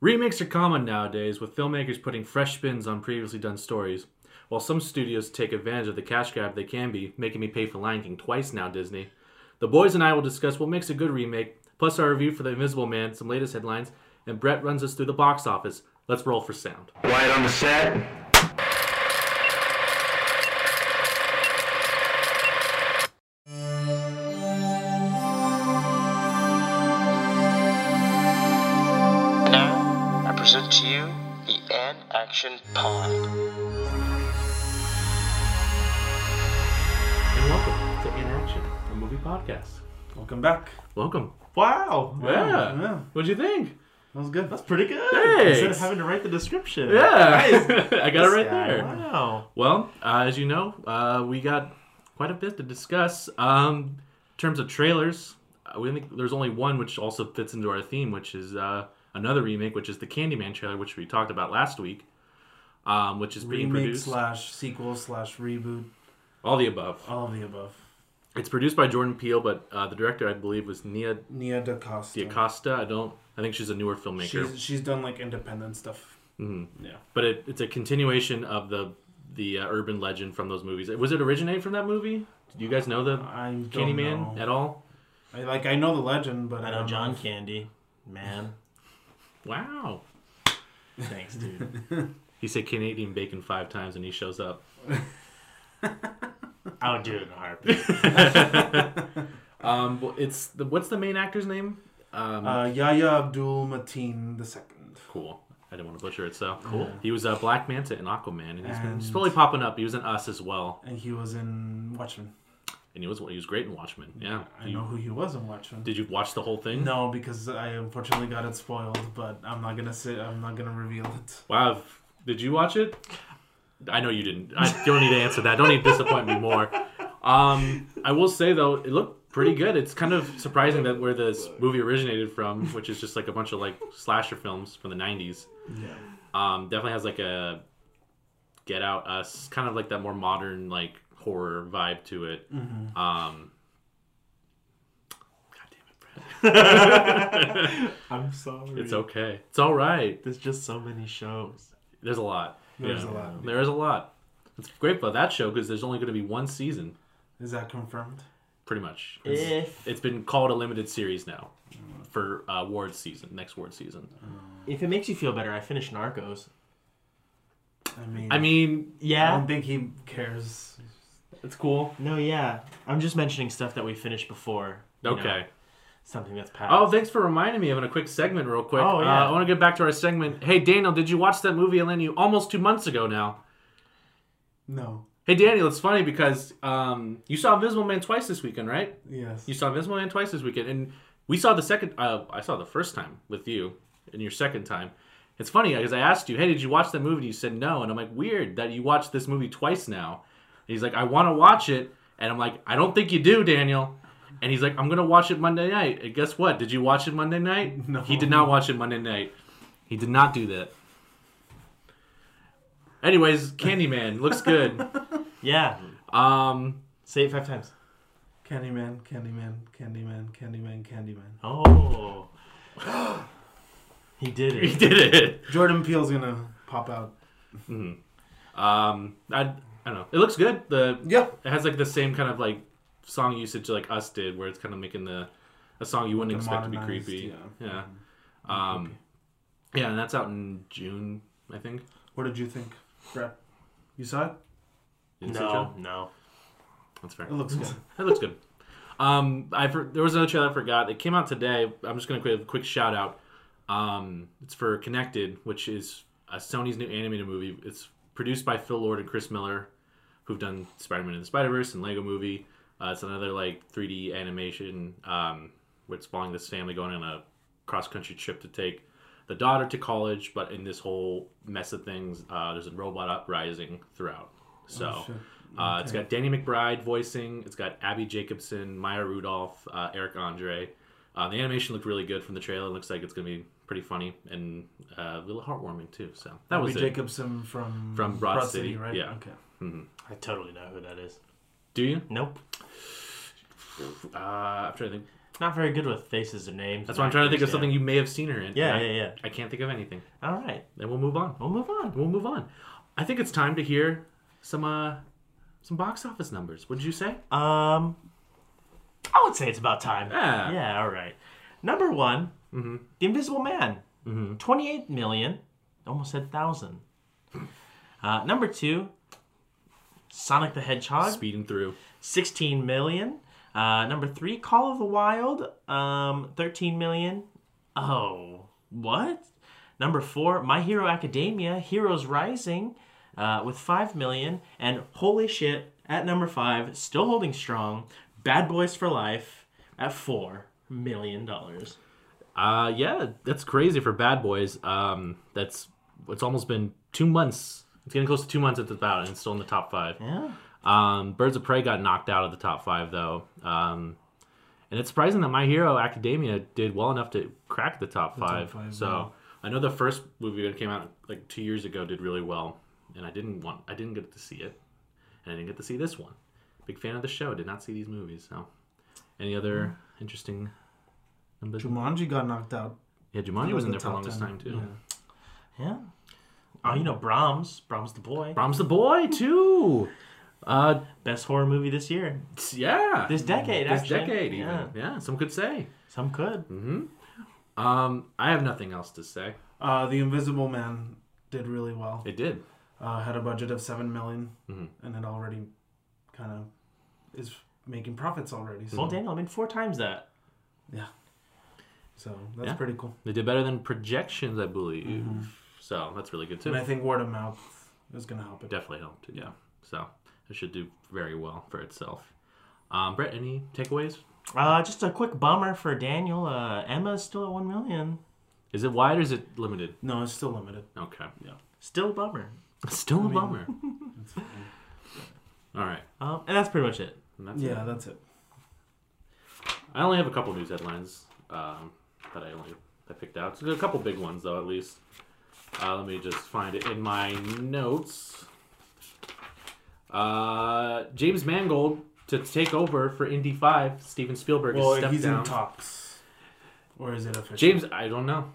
Remakes are common nowadays, with filmmakers putting fresh spins on previously done stories. While some studios take advantage of the cash grab they can be, making me pay for Lion King twice now, Disney. The boys and I will discuss what makes a good remake, plus our review for The Invisible Man, some latest headlines, and Brett runs us through the box office. Let's roll for sound. Quiet on the set. Now, I present to you the An Action Pod. And welcome to In Action, a movie podcast. Welcome back. Welcome. Wow. Yeah. What'd you think? That was good. That's pretty good. Thanks. Instead of having to write the description. Yeah. I got it right Guy, there. Wow. Well, uh, as you know, uh, we got quite a bit to discuss. Um, in terms of trailers, uh, we think there's only one which also fits into our theme, which is uh, another remake, which is the Candyman trailer, which we talked about last week, um, which is being Remake produced. slash sequel slash reboot. all the above. All of the above. It's produced by Jordan Peele, but uh, the director, I believe, was Nia Nia DaCosta. DaCosta. I don't. I think she's a newer filmmaker. She's she's done like independent stuff. Mhm. Yeah. But it, it's a continuation of the the uh, urban legend from those movies. Was it originated from that movie? Did you guys know the I don't Candyman know. at all? I, like I know the legend, but I, I don't know John if- Candy, man. Wow. Thanks, dude. He said Canadian bacon five times and he shows up. I would do it in a heartbeat. Um, well, it's the, what's the main actor's name? Um, Uh, Yahya Abdul Mateen the second. cool. I didn't want to butcher it. So cool. He was uh, Black Manta in Aquaman, and he's, been, he's And- slowly popping up. He was in Us as well, And he was in Watchmen. and he was he was great in Watchmen. Yeah. I You- know who he was in Watchmen. Did you watch the whole thing? no, because I unfortunately got it spoiled, but I'm not gonna say I'm not gonna reveal it. Wow. f- Did you watch it? I know you didn't. I don't need to answer that. Don't need to disappoint me more. Um, I will say though, it looked pretty good. It's kind of surprising that where this movie originated from, which is just like a bunch of like slasher films from the '90s. Yeah. Um, definitely has like a Get Out Us kind of like that more modern like horror vibe to it. Mm-hmm. Um, I'm sorry. it's okay. It's all right. There's just so many shows. There's a lot. There's a lot. There is a lot. It's great about that show because there's only going to be one season, Is that confirmed? pretty much. If It's been called a limited series now for uh, Ward season, next Ward season. if it makes you feel better, I finished Narcos. I mean, I mean, I Yeah. don't think he cares. it's cool. No, yeah. I'm just mentioning stuff that we finished before. you know, Okay. something that's past. Oh, thanks for reminding me of a quick segment, real quick. Oh, yeah. Uh, I want to get back to our segment. Hey, Daniel, did you watch that movie I lent you almost two months ago now? No. Hey, Daniel, it's funny because um, you saw Invisible Man twice this weekend, right? Yes. You saw Invisible Man twice this weekend, and we saw the second. Uh, I saw the first time with you, and your second time. It's funny because I asked you, "Hey, did you watch that movie?" And you said no, and I'm like, "Weird that you watched this movie twice now." And he's like, "I want to watch it," and I'm like, "I don't think you do, Daniel." And he's like, "I'm gonna watch it Monday night." And guess what? Did you watch it Monday night? No. He did not watch it Monday night. He did not do that. Anyways, Candyman looks good. Yeah. Um, Say it five times. Candyman, Candyman, Candyman, Candyman, Candyman. Oh. he did he it. did it. Jordan Peele's gonna pop out. Um, I, I don't know. It looks good. The Yeah. it has like the same kind of like song usage like us did, where it's kind of making the a song you wouldn't The expect to be modernized, creepy. yeah. Mm-hmm. Yeah. Um, yeah, and that's out in June, I think. What did you think, Brett? You saw it? Didn't see it, No, Joe? no. that's fair. It looks good. That looks good. Um, I for, there was another trailer I forgot. It came out today. I'm just gonna give a quick shout out. Um, it's for Connected, which is uh, Sony's new animated movie. It's produced by Phil Lord and Chris Miller, who've done Spider-Man and the Spider-Verse and Lego Movie. Uh, it's another like 3D animation um, where it's following this family going on a cross-country trip to take the daughter to college, but in this whole mess of things, uh, there's a robot uprising throughout. So. Oh, shit. Uh, It's got Danny McBride voicing. It's got Abby Jacobson, Maya Rudolph, uh, Eric Andre. Uh, the animation looked really good from the trailer. It looks like it's going to be pretty funny and uh, a little heartwarming too. So that Abby was it. Jacobson from From Broad City, right? yeah. Okay. I totally know who that is. Do you? Nope. Uh, I'm trying to think. Not very good with faces or names. That's and why I'm trying to think of actors, something you may have seen her in. Yeah, I, yeah, yeah. I can't think of anything. yeah. All right, Then we'll move on. we'll move on. We'll move on. I think it's time to hear some uh some box office numbers. What did you say? Um, I would say it's about time. Yeah. Yeah. All right. Number one, The Invisible Man, twenty-eight million, almost said thousand. Uh, number two, Sonic the Hedgehog, Speeding through. sixteen million. Uh, number three, Call of the Wild, um, thirteen million. Oh, what? Number four, My Hero Academia, Heroes Rising, uh, with five million. And holy shit, at number five, still holding strong, Bad Boys for Life at four million dollars. Uh yeah, that's crazy for Bad Boys. Um that's it's almost been 2 months. It's getting close to 2 months at the bout and it's still in the top 5. Yeah. Um Birds of Prey got knocked out of the top 5 though. Um and it's surprising that My Hero Academia did well enough to crack the top 5. five, so I know the first movie that came out like 2 years ago did really well and I didn't want I didn't get to see it. And I didn't get to see this one. Big fan of the show, did not see these movies. So any other interesting numbers? Jumanji got knocked out. Yeah, Jumanji It was in the there for the top longest 10. time too. Yeah. Yeah. Oh, you know Brahms, Brahms the boy, Brahms the boy too. Uh, best horror movie this year, it's- yeah, this decade, Mm, This actually. decade even. Yeah. Yeah. some could say. Some could. Um, I have nothing else to say. Uh, the Invisible Man did really well. It did. Uh, had a budget of seven million, Mm-hmm. and it already kind of is making profits already. So Mm. Well, Daniel, I mean, four times that. yeah, so that's Yeah. pretty cool. They did better than projections, I believe. Mm-hmm. So that's really good too. And I think word of mouth is gonna help it. Definitely helped. Yeah. So it should do very well for itself. Um, Brett, any takeaways? Uh, just a quick bummer for Daniel. Uh, Emma's still at one million. Is it wide or is it limited? No, it's still limited. Okay. Still a bummer. Still a bummer. All right. Um, and that's pretty much it. And that's it. Yeah, that's it. I only have a couple news headlines um, that I only I picked out. So there are a couple big ones though, at least. Uh, let me just find it in my notes. Uh, James Mangold to take over for Indy Five. Steven Spielberg has Well, stepped he's down. in talks, or is it official? James, I don't know.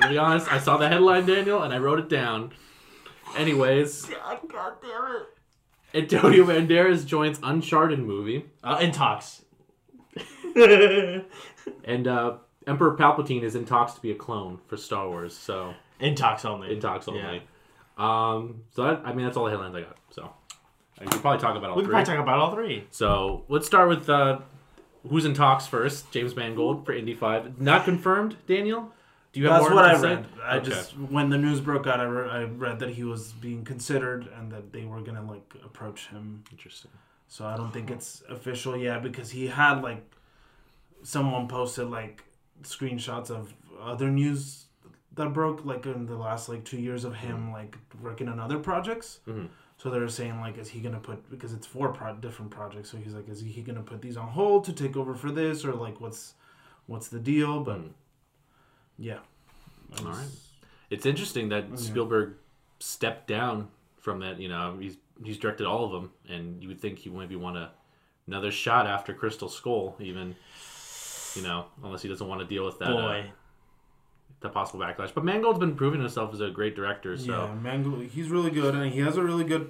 to be honest, I saw the headline, Daniel, and I wrote it down. Anyways, God damn it. Antonio Banderas joins Uncharted movie. Uh, and talks. And uh, Emperor Palpatine is in talks to be a clone for Star Wars, so in talks only. in talks only. Yeah. Um, so that, I mean, that's all the headlines I got. So I could probably talk about all We could three. probably talk about all three. so let's start with uh, who's in talks first. James Mangold for Indy Five, not confirmed. Daniel, do you have That's more what I to say? read. I Okay. just when the news broke out, I, re- I read that he was being considered and that they were gonna like approach him. interesting. So I don't think it's official yet because he had like someone posted like screenshots of other news that broke like in the last like two years of him like working on other projects. So they were saying like, is he gonna put because it's four pro- different projects? So he's like, is he gonna put these on hold to take over for this or like what's what's the deal? But yeah, I All was- right. It's interesting Oh, that Spielberg stepped down from that. You know, he's he's directed all of them, and you would think he maybe want a, another shot after Crystal Skull, even. You know, unless he doesn't want to deal with that. uh, Boy. the possible backlash. But Mangold's been proving himself as a great director, so Yeah, Mango, he's really good and he has a really good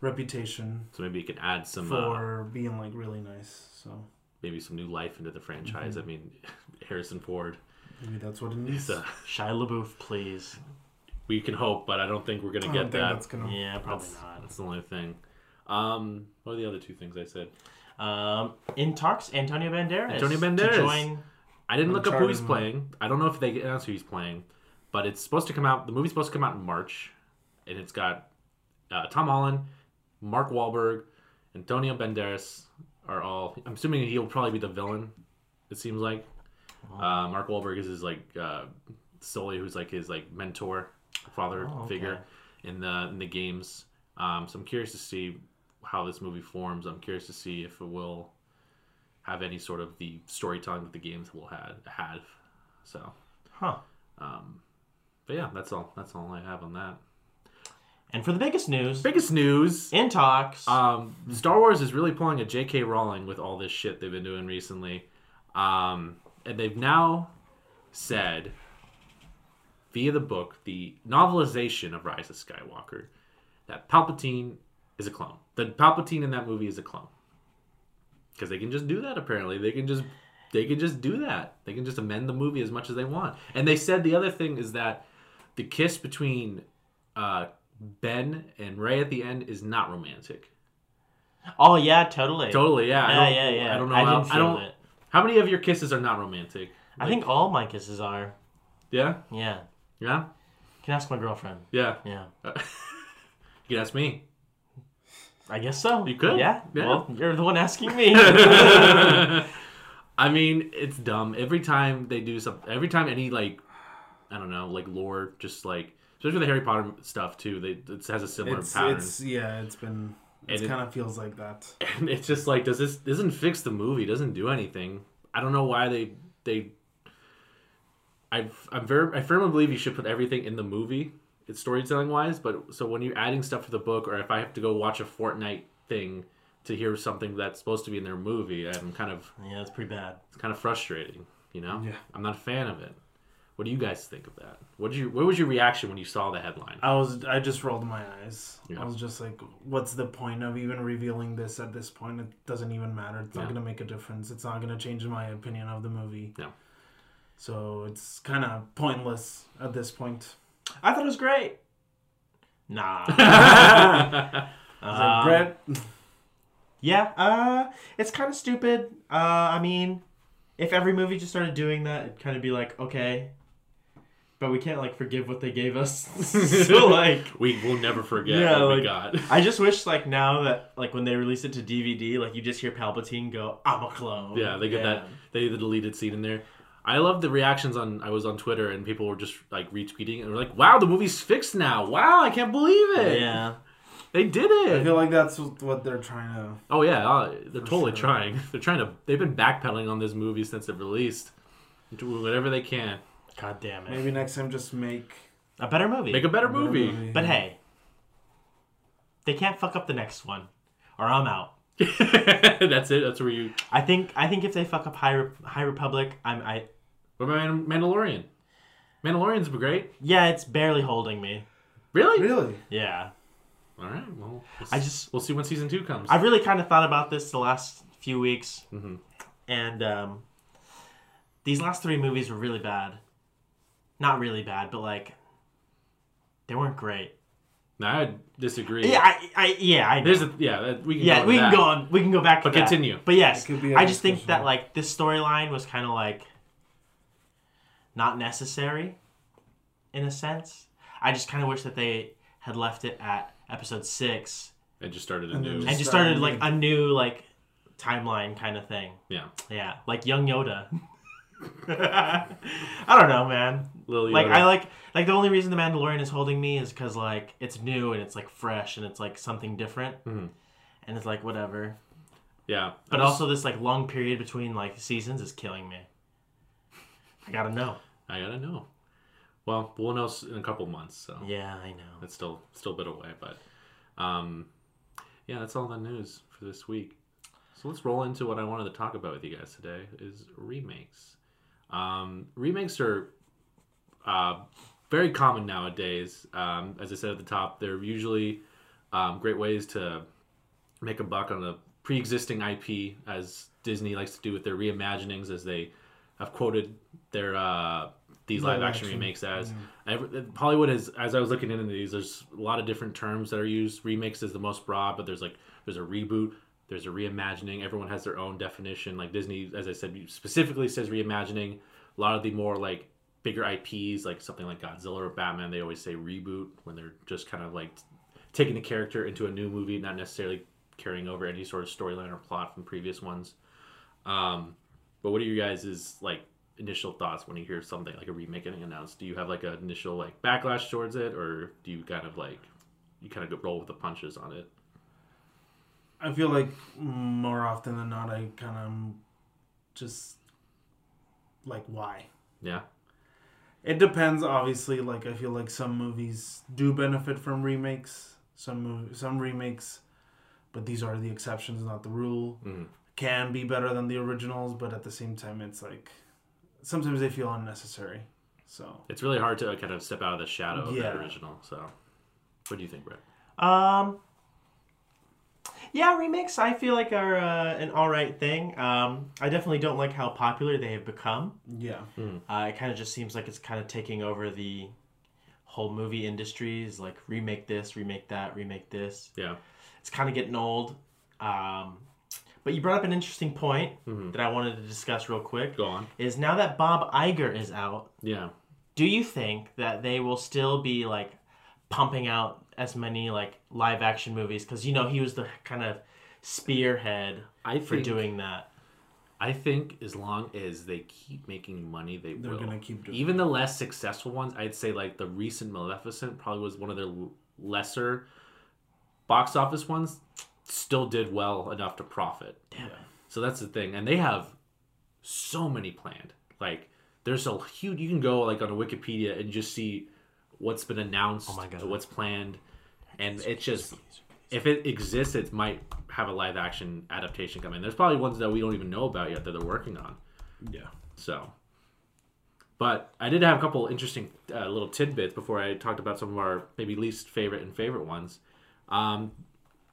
reputation so maybe he can add some uh, for being like really nice. So maybe some new life into the franchise. Mm-hmm. I mean, Harrison Ford. maybe that's what it needs. So Shia LaBeouf, please. we can hope, but I don't think we're gonna I get don't think that. that's gonna- Yeah, probably Oh, That's, that's the only thing. Um, what are the other two things I said? not. Um, in talks, Antonio Banderas. Antonio To Banderas. join. I didn't look up who Uncharted he's one. playing. I don't know if they announce who he's playing, but it's supposed to come out. The movie's supposed to come out in March, and it's got uh, Tom Holland, Mark Wahlberg, Antonio Banderas are all. I'm assuming he'll probably be the villain. It seems like uh, Mark Wahlberg is his like uh, solely who's like his like mentor, father Oh, okay. figure in the in the games. Um, so I'm curious to see how this movie forms. I'm curious to see if it will have any sort of the storytelling that the games will had have. So, Huh. but yeah, that's all. That's all I have on that. And for the biggest news, Biggest news. in talks, Um, Star Wars is really pulling a J.K. Rowling with all this shit they've been doing recently, um, and they've now said via the book, the novelization of Rise of Skywalker, that Palpatine is a clone. The Palpatine in that movie is a clone because they can just do that. Apparently, they can just they can just do that. They can just amend the movie as much as they want. And they said the other thing is that the kiss between uh, Ben and Ray at the end is not romantic. oh yeah, totally. Totally, yeah. I Yeah, don't- yeah, yeah. I don't know. I how, didn't I don't- feel it. How many of your kisses are not romantic? I think all my kisses are. Yeah, Yeah, yeah, can ask my girlfriend. yeah. Uh, Yeah, You can ask me. I guess so. You could. Yeah. Yeah. Well, you're the one asking me. I mean, it's dumb. Every time they do something, every time any like, I don't know, like lore, just like especially the Harry Potter stuff too. They it has a similar It's, pattern. it's yeah, it's been. And It it- kind of feels like that. And it's just like does this doesn't fix the movie doesn't do anything i don't know why they they i i'm very i firmly believe you should put everything in the movie it's storytelling wise but so when you're adding stuff to the book or if i have to go watch a fortnite thing to hear something that's supposed to be in their movie i'm kind of yeah, it's pretty bad. it's kind of frustrating you know Yeah. i'm not a fan of it what do you guys think of that what did you what was your reaction when you saw the headline I was I just rolled my eyes. Yeah. I was just like, what's the point of even revealing this at this point? It doesn't even matter. It's not Yeah. gonna make a difference. It's not gonna change my opinion of the movie. No. So it's kind of pointless at this point. I thought it was great. Nah. It's Um, like, Brett, Yeah, uh, it's kind of stupid. Uh, I mean, if every movie just started doing that, it'd kind of be like, okay, but we can't like forgive what they gave us. so like, we will never forget Yeah, what we like- got I just wish like now that like when they release it to DVD, like you just hear Palpatine go, "I'm a clone." Yeah, they get that. They the deleted scene in there. I love the reactions on. I was on Twitter and people were just like retweeting and were like, "Wow, the movie's fixed now! Wow, I can't believe it! Yeah, They did I it! feel like that's what they're trying to. oh yeah, uh, they're totally sure. trying. They're trying to. They've been backpedaling on this movie since it released. Do whatever they can. god damn it, Maybe next time, just make a better movie. Make a Mm-hmm. better a better movie. but hey, they can't fuck up the next one, or I'm out. That's it. That's where you. I think I think if they fuck up High, Re- High Republic, I'm I What about Man- Mandalorian? Mandalorian's great. yeah, it's barely holding me. Really? really, Yeah. All right. Well, we'll I s- just- we'll see when season two comes. I've really kind of thought about this the last few weeks, Mm-hmm. and um, these last three movies were really bad. Not really bad, but like they weren't great. No, I disagree. Yeah, I, I yeah, I know. There's a yeah. that- We can yeah, go we into can that. go on. We can go back. But to that. continue. But yes, It could be a I just think discussion. that like this storyline was kind of like not necessary, in a sense. I just kind of wish that they had left it at episode six And just started a And then new. and just started Started like a new like timeline kind of thing. Yeah. Yeah, like young Yoda. I don't know, man. Lil Like Yoda. I like like the only reason the Mandalorian is holding me is because like it's new and it's like fresh and it's like something different, and it's like whatever. Yeah. But I'm just- also this like long period between like seasons is killing me. I gotta know. I gotta know. Well, we'll know s- in a couple months, so Yeah, I know. it's still still a bit away. But um, yeah, that's all the news for this week. So let's roll into what I wanted to talk about with you guys today is remakes. Um, remakes are uh, very common nowadays. Um, as I said at the top, they're usually um, great ways to make a buck on a pre-existing IP, as Disney likes to do with their reimaginings, as they have quoted their uh, these Live live-action action. remakes as. Every, Hollywood is, as I was looking into these, there's a lot of different terms that are used. Remix is the most broad, but there's like there's a reboot. There's a reimagining. Everyone has their own definition. Like Disney, as I said, specifically says reimagining. A lot of the more like bigger IPs, like something like Godzilla or Batman, they always say reboot when they're just kind of like taking a character into a new movie, not necessarily carrying over any sort of storyline or plot from previous ones. Um, but what are you guys' like initial thoughts when you hear something like a remake getting announced? Do you have like an initial like backlash towards it, or do you kind of like you kind of go roll with the punches on it? I feel like more often than not, I kind of just like why. Yeah, It depends, obviously. Like I feel like some movies do benefit from remakes, some mov- some remakes, but these are the exceptions, not the rule. Can be better than the originals, but at the same time, it's like sometimes they feel unnecessary. So It's really hard to uh, kind of step out of the shadow of Yeah. the original. So, what do you think, Brett? Um, yeah, remakes I feel like are uh, an all right thing. Um, I definitely don't like how popular they have become. yeah, Uh, it kind of just seems like it's kind of taking over the whole movie industry. Is like remake this, remake that, remake this. Yeah. It's kind of getting old. Um, but you brought up an interesting point that I wanted to discuss real quick. Mm-hmm. Go on. Is now that Bob Iger is out, Yeah. do you think that they will still be like pumping out as many like live action movies? Because you know he was the kind of spearhead I for think- doing that. I think as long as they keep making money, they They're will. gonna keep doing Even the less successful ones, I'd say like the recent Maleficent probably was one of their l- lesser box office ones. Still did well enough to profit. Damn it. So that's the thing, and they have so many planned. Like there's a huge. You can go like on a Wikipedia and just see what's been announced, Oh my God. what's planned, and it's just if it exists, it might have a live action adaptation coming. There's probably ones that we don't even know about yet that they're working on. yeah. So, but I did have a couple interesting uh, little tidbits before I talked about some of our maybe least favorite and favorite ones. Um,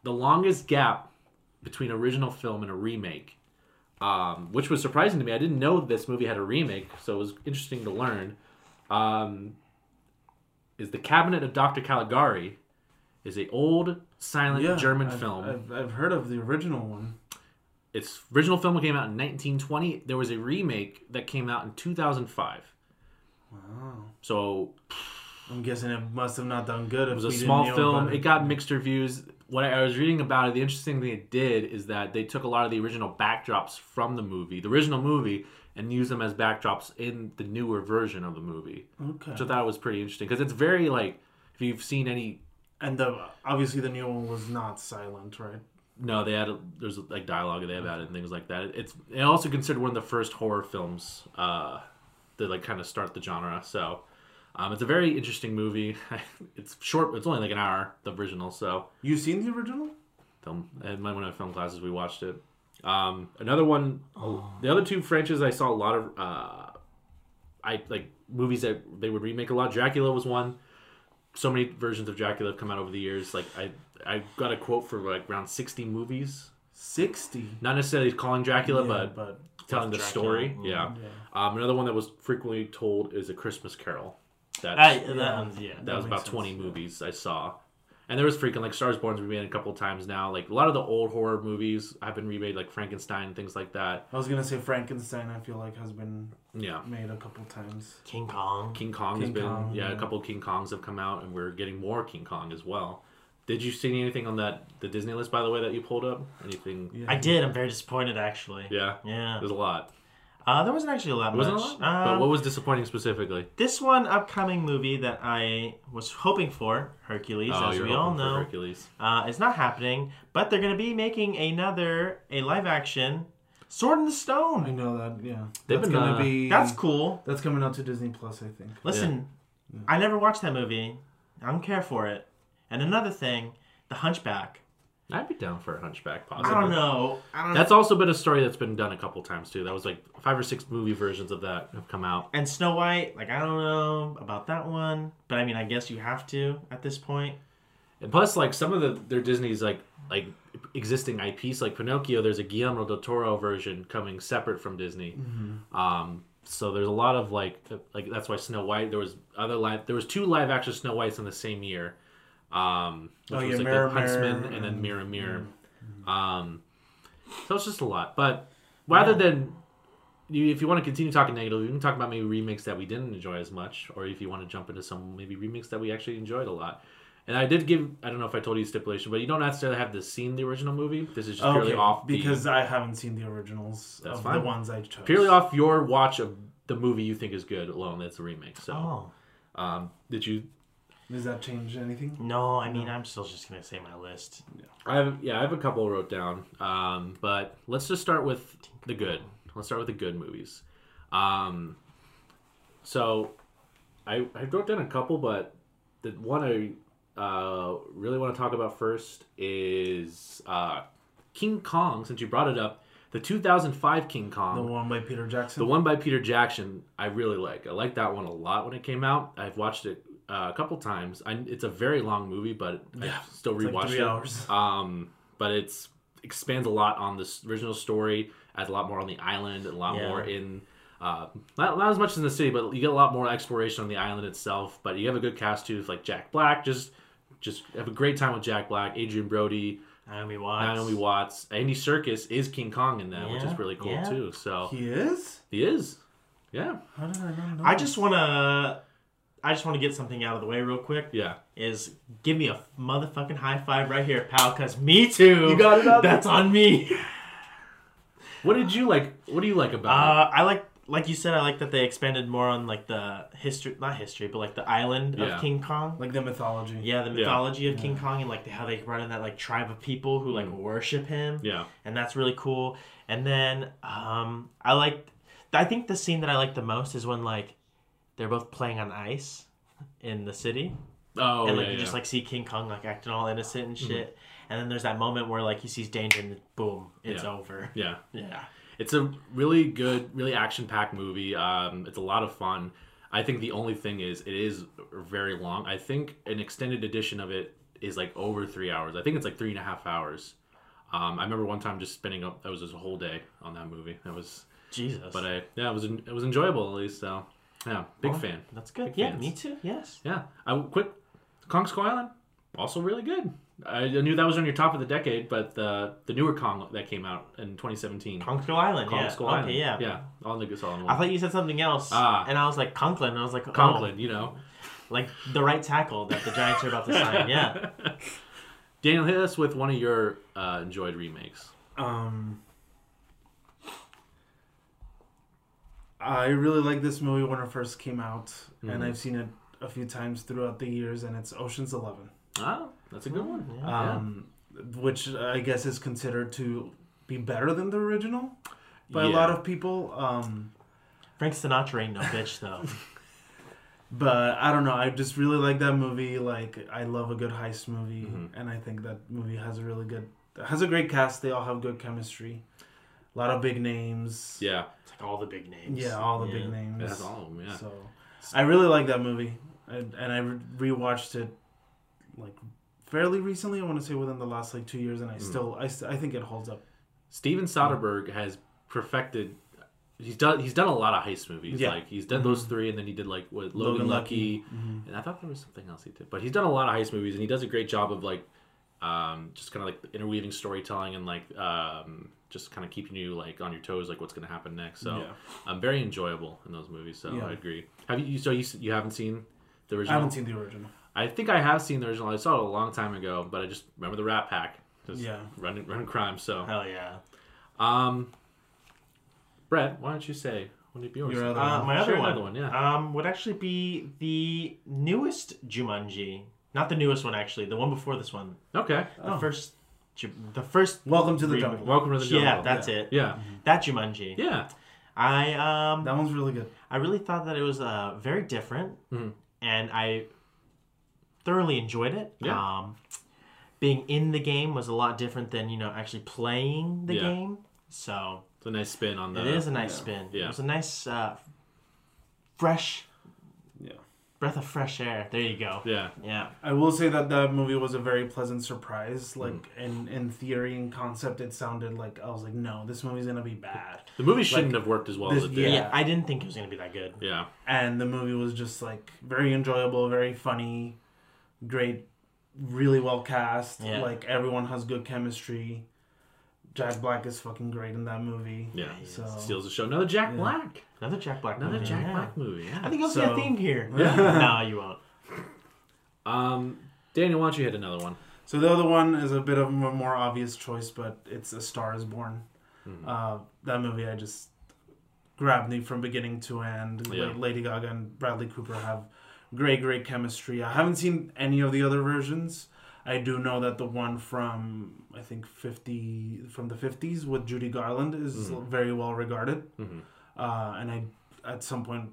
the longest gap between original film and a remake, um, which was surprising to me. I didn't know this movie had a remake, so it was interesting to learn. Um, is the Cabinet of Dr. Caligari is a old silent Yeah, German I've- film. I've, I've heard of the original one. Its original film came out in 1920. There was a remake that came out in 2005. Wow. So I'm guessing it must have not done good. If it was a we didn't small know film. about It got mixed reviews. What I was reading about it, the interesting thing it did is that they took a lot of the original backdrops from the movie, the original movie, and used them as backdrops in the newer version of the movie, Okay. which I thought was pretty interesting because it's very like if you've seen any. And the obviously the new one was not silent, right? No, they had there's like dialogue they have about it and things like that. it's and also considered one of the first horror films uh, that like kind of start the genre. So um, it's a very interesting movie. it's short. It's only like an hour. The original. So You've seen the original? film. And when I film classes, we watched it. Um, another one, the other two franchises I saw a lot of, uh, I like movies that they would remake a lot. Dracula was one. So many versions of Dracula have come out over the years. Like I, I got a quote for like around sixty movies. Sixty. Not necessarily calling Dracula, but, but telling the Dracula. story. Mm, Yeah. Um, another one that was frequently told is A Christmas Carol. That I, that one's, yeah. that was makes about 20 sense, yeah. movies I saw. And there was freaking like Stars Born's remade a couple times now. Like a lot of the old horror movies have been remade, like Frankenstein, things like that. I was gonna say Frankenstein. I feel like has been Yeah. made a couple times. King Kong. King Kong has King been Kong, yeah, a yeah. couple King Kongs have come out and we're getting more King Kong as well. Did you see anything on that the Disney list by the way that you pulled up? Anything Yeah. I did. I'm very disappointed actually. Yeah. Yeah. There's a lot. Uh, there wasn't actually a lot It wasn't a much. lot. Um, but what was disappointing specifically? this one upcoming movie that I was hoping for, Hercules, as Oh, you're we all hoping for know, Hercules. uh, is not happening. But they're going to be making another a live action Sword in the I Stone. know that. Yeah. They've that's been, gonna uh, be That's cool. that's coming out to Disney Plus, I think. Listen, I never watched that movie. I don't care for it. And another thing, The Hunchback. I'd be down for a hunchback I possibly. don't know. I don't That's also been a story that's been done a couple times too. That was like five or six movie versions of that have come out. and Snow White, like I don't know about that one, but I mean, I guess you have to at this point. And plus, like some of the their Disney's like like existing IPs, like Pinocchio. There's a Guillermo del Toro version coming separate from Disney. Mm-hmm. Um, so there's a lot of like like that's why Snow White. There was other live. There was two live action Snow Whites in the same year. Um, which Oh, yeah, was like Mirror, the Huntsman Mirror, and then and- mm-hmm. Mirror Mirror. Um, so it's just a lot. But rather than you, if you want to continue talking negative, you can talk about maybe remakes that we didn't enjoy as much, or if you want to jump into some maybe remakes that we actually enjoyed a lot. And I did give I don't know if I told you stipulation, but you don't necessarily have to see the original movie. This is just purely Okay, off the- because I haven't seen the originals That's of fine. the ones I chose. purely off your watch of the movie you think is good alone. That's a remake. So Oh um, did you? Does that change anything? no, I mean, I'm still just gonna say my list. I have yeah I have a couple wrote down, um, but let's just start with the good. Let's start with the good movies. Um, so I, I wrote down a couple, but the one I uh, really want to talk about first is uh, King Kong. Since you brought it up, the 2005 King Kong, The one by Peter Jackson. the one by Peter Jackson, I really like. I like that one a lot when it came out. I've watched it uh, a couple times. I, it's a very long movie, but I still It's rewatch like three it. hours. Um, but it's expands a lot on this original story. Adds a lot more on the island, and a lot Yeah. more in uh, not, not as much in the city, but you get a lot more exploration on the island itself. But you have a good cast too, with, like Jack Black. Just just have a great time with Jack Black, Adrian Brody, Naomi Watts. Naomi Watts, Andy Circus is King Kong in that, which Yeah, is really cool yeah. too. So he is. he is, yeah, How did I not know? I just wanna, I just wanna get something out of the way real quick. yeah. Is give me a motherfucking high five right here, pal. Cause me too. You got it out there. That's on me. What did you like? What do you like about Uh, I like, like you said, I like that they expanded more on like the history, not history, but like the island Yeah. of King Kong. like the mythology. Yeah, the mythology of King Kong and like the, how they brought in that like tribe of people who like worship him. Mm. Yeah. and that's really cool. And then um, I like, I think the scene that I like the most is when like they're both playing on ice in the city, it? Oh, yeah, and like you yeah. Mm-hmm. just like see King Kong like acting all innocent and shit. And then there's that moment where like he sees danger and boom, it's Yeah. over. yeah. Yeah, It's a really good, really action-packed movie. Um, it's a lot of fun. I think the only thing is it is very long. I think an extended edition of it is like over three hours. I think it's like three and a half hours. Um, I remember one time just spending up. That was just a whole day on that movie. That was, Jesus. but I yeah, it was en- it was enjoyable at least. So yeah, big Well, fan. That's good. Big Yeah, fans. me too. Yes. Yeah, I quick Kong Skull Island also really good. I I knew that was on your top of the decade, but the the newer Kong that came out in 2017, Kong Skull Island. Kong yeah. Skull okay. Island. Yeah. yeah, on the good solid one. I thought you said something else, Ah. and I was like Conklin, and I was like oh. Conklin, you know. like the right tackle that the Giants are about to sign. Yeah, Daniel, hit us with one of your uh, enjoyed remakes. Um. I really like this movie when it first came out, Mm-hmm. and I've seen it a few times throughout the years, and it's Ocean's Eleven. Ah, that's a good Hmm, one. Yeah. um, which I guess is considered to be better than the original by a lot Yeah. of people. Um, Frank Sinatra ain't no bitch though. but I don't know. I just really like that movie. Like I love a good heist movie, Mm-hmm. and I think that movie has a really good has a great cast. They all have good chemistry. A lot of big names. yeah, It's like all the big names. Yeah, all the Yeah. big names. that's all of them. Yeah, So I really like that movie, and, and I re- rewatched it like fairly recently. I want to say within the last like two years, and I still I, st- I think it holds up. Steven Soderbergh has perfected. He's done. He's done a lot of heist movies. Yeah. Mm-hmm. Like he's done those three, and then he did like with Logan, Logan Lucky, Lucky. Mm-hmm. and I thought there was something else he did. But he's done a lot of heist movies, and he does a great job of like, um, just kind of like interweaving storytelling and like, um, just kind of keeping you like on your toes, like what's going to happen next. So, Yeah. um, very enjoyable in those movies. So Yeah. I agree. Have you? So you s- you haven't seen the I original? haven't seen the original. I think I have seen the original. I saw it a long time ago, but I just remember the Rat Pack. Just Yeah. running, running crime. So, Hell yeah. um, Brett, why don't you say what would be yours? Your other Uh, my Sure, other one, another one, yeah. um, would actually be the newest Jumanji. Not the newest one, actually. The one before this one. Okay. The first. Ju- The first. Welcome to the remake. jungle. Welcome to Oh. the jungle. Yeah, that's it. Mm-hmm. Yeah. That Jumanji. Yeah. I um. That one's really good. I really thought that it was uh, very different, Mm-hmm. and I thoroughly enjoyed it. Yeah. Um, being in the game was a lot different than you know actually playing the Yeah. game. So It's a nice spin on the. it is a nice spin. Yeah. It was a nice uh, fresh Yeah. breath of fresh air. There you go. Yeah. Yeah. I will say that that movie was a very pleasant surprise. Like in in theory and concept, it sounded like I was like, no, this movie's gonna be bad, The movie shouldn't have worked as well as this- it yeah. did. Yeah. I didn't think it was gonna be that good. Yeah. and the movie was just like very enjoyable, very funny, great, really well cast. Yeah. Like everyone has good chemistry. Jack Black is fucking great in that movie. Yeah. So Steals the show. Another Jack Black. Another Jack Black. Another movie, Jack yeah. Black movie. I Yeah. think I'll see So- a theme here. no, you won't. Um, Daniel, why don't you hit another one? So the other one is a bit of a more obvious choice, but it's A Star Is Born. Uh, that movie I just grabbed me from beginning to end. Yeah. La- Lady Gaga and Bradley Cooper have great, great chemistry. I haven't seen any of the other versions. I do know that the one from I think fifty from the fifties with Judy Garland is very well regarded, uh, and I at some point